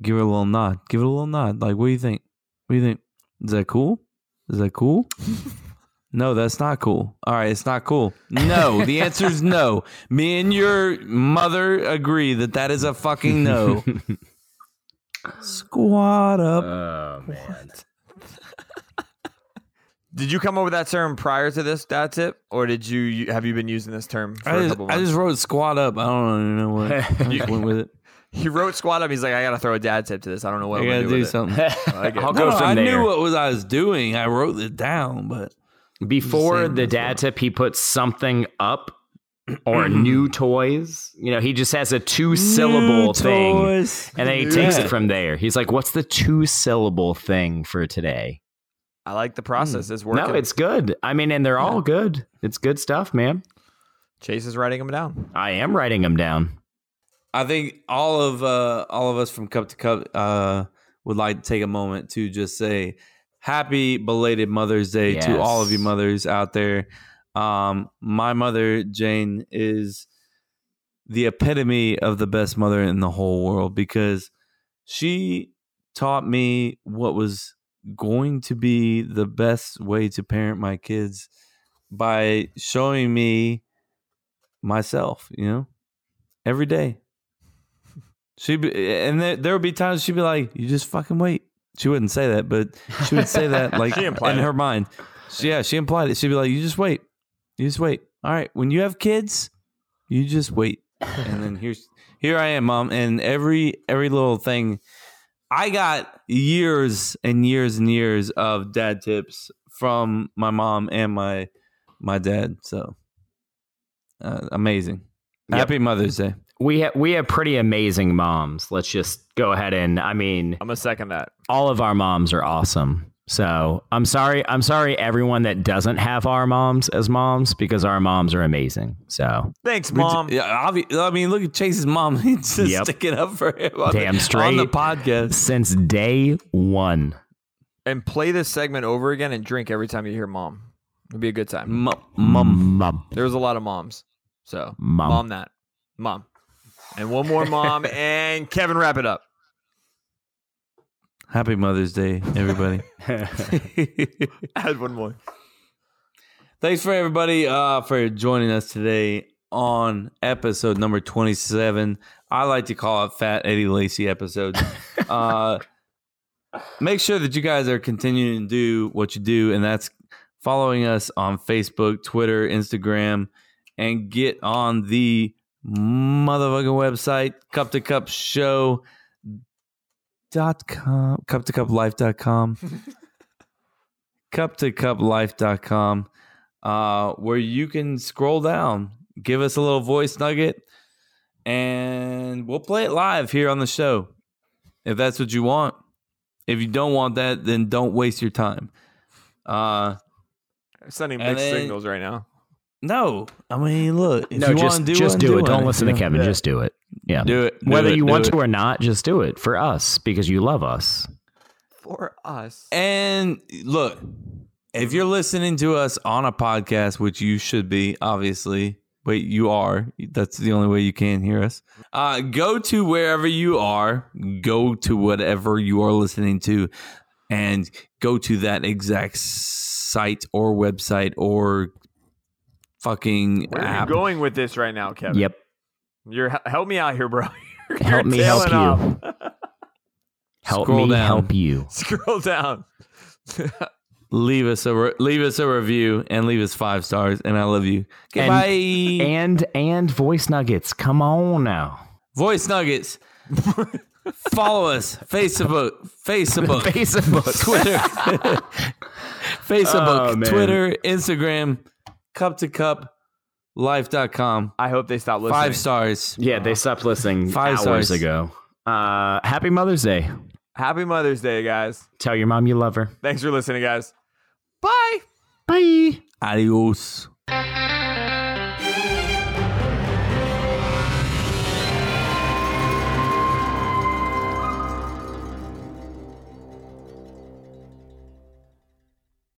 S1: give it a little nod. Give it a little nod. Like, what do you think? What do you think? Is that cool? Is that cool? no, that's not cool. All right, it's not cool. No, the answer is no. Me and your mother agree that that is a fucking no. Squat up.
S5: Oh man.
S2: Did you come up with that term prior to this dad tip, or did you have you been using this term for
S1: I
S2: a
S1: just,
S2: couple
S1: I
S2: months?
S1: just wrote squat up. I don't even know what. I just went with it.
S2: He wrote squat up. He's like, I gotta throw a dad tip to this. I don't know what
S1: I
S2: I'm
S1: gotta do,
S2: gonna do, with it."
S1: something.
S2: I like it.
S1: No, no, I knew what was I was doing. I wrote it down, but
S5: Before the dad tip, he puts something up or
S1: Mm-hmm.
S5: new toys. You know, he just has a two syllable thing.
S1: toys.
S5: And then he
S1: New-
S5: takes
S1: Mmm, Yeah.
S5: it from there. He's like, what's the two syllable thing for today?
S2: I like the
S1: Mm.
S2: process. It's working.
S5: No, it's good. I mean, and they're all good. It's good stuff, man.
S2: Chase is writing them down.
S5: I am writing them down.
S1: I think all of uh, all of us from Cup to Cup uh, would like to take a moment to just say happy belated Mother's Day to all of you mothers out there. Um, my mother Jane is the epitome of the best mother in the whole world because she taught me what was going to be the best way to parent my kids by showing me myself, you know, every day. She be, and there, there would be times she'd be like, "You just fucking wait." She wouldn't say that, but she would say that like
S2: She
S1: in
S2: implied it.
S1: her mind. She, yeah, she implied it. She'd be like, "You just wait. You just wait. All right, when you have kids, you just wait." And then here's here I am, mom, and every every little thing I got years and years and years of dad tips from my mom and my my dad. So uh, amazing. Happy Mother's Day.
S5: We ha- we have pretty amazing moms. Let's just go ahead and I mean
S2: I'm gonna second that.
S5: All of our moms are awesome. So I'm sorry, I'm sorry everyone that doesn't have our moms as moms because our moms are amazing. So
S2: Thanks,
S1: We ju-
S2: mom.
S1: yeah, obvi- I mean, look at Chase's mom. He's just
S5: Yep.
S1: sticking up for him. On
S5: damn
S1: the,
S5: straight
S1: On the podcast.
S5: since day one.
S2: and play this segment over again and drink every time you hear mom. It'd be a good time.
S1: Mom, mom,
S5: Mom.
S2: There was a lot of moms. So
S5: Mom.
S2: mom that. Mom. And one more mom and Kevin wrap it up.
S1: Happy Mother's Day, everybody.
S2: Add one more.
S1: Thanks for everybody uh, for joining us today on episode number 27. I like to call it Fat Eddie Lacey episode. uh, make sure that you guys are continuing to do what you do, and that's following us on Facebook, Twitter, Instagram, and get on the motherfucking website, cup to cup show dot com cup to cup life dot com cup to cup life dot com uh where you can scroll down give us a little voice nugget and we'll play it live here on the show if that's what you want if you don't want that then don't waste your time uh
S2: I'm sending
S1: And
S2: mixed
S1: then-
S2: signals right now.
S1: no i mean look if
S5: no,
S1: you
S5: just
S1: want to do
S5: just
S1: one,
S5: do it.
S1: one,
S5: Don't listen
S1: you
S5: to
S1: know?
S5: Kevin. Just do it. Yeah.
S1: Do it. Do
S5: Whether
S1: it,
S5: you
S1: do
S5: want
S1: it.
S5: to or not, just do it for us because you love us.
S2: for us.
S1: And look, if you're listening to us on a podcast, which you should be, obviously, but you are, that's the only way you can hear us. Uh, go to wherever you are, go to whatever you are listening to, and go to that exact site or website or fucking
S2: Where are
S1: app.
S2: you going with this right now, Kevin?
S5: Yep.
S2: You're he- help me out here, bro. You're
S5: Help me help
S2: tailing off.
S5: you. Help
S1: Scroll
S5: me
S1: down.
S5: help you.
S2: Scroll down.
S1: Leave us a re- leave us a review and leave us five stars. And I love you.
S5: And-
S1: Goodbye.
S5: And and voice nuggets. Come on now.
S1: Voice Nuggets. Follow us. Facebook. Facebook.
S5: Facebook.
S1: Twitter.
S5: Oh,
S1: Facebook.
S5: man.
S1: Twitter. Instagram. Cup to cup. Life.com.
S2: I hope they stop listening.
S1: Five stars.
S5: Yeah, they stopped listening
S1: Five
S5: hours
S1: stars.
S5: ago. Uh, happy Mother's Day.
S2: Happy Mother's Day, guys.
S5: Tell your mom you love her.
S2: Thanks for listening, guys. Bye.
S5: Bye.
S1: Adios.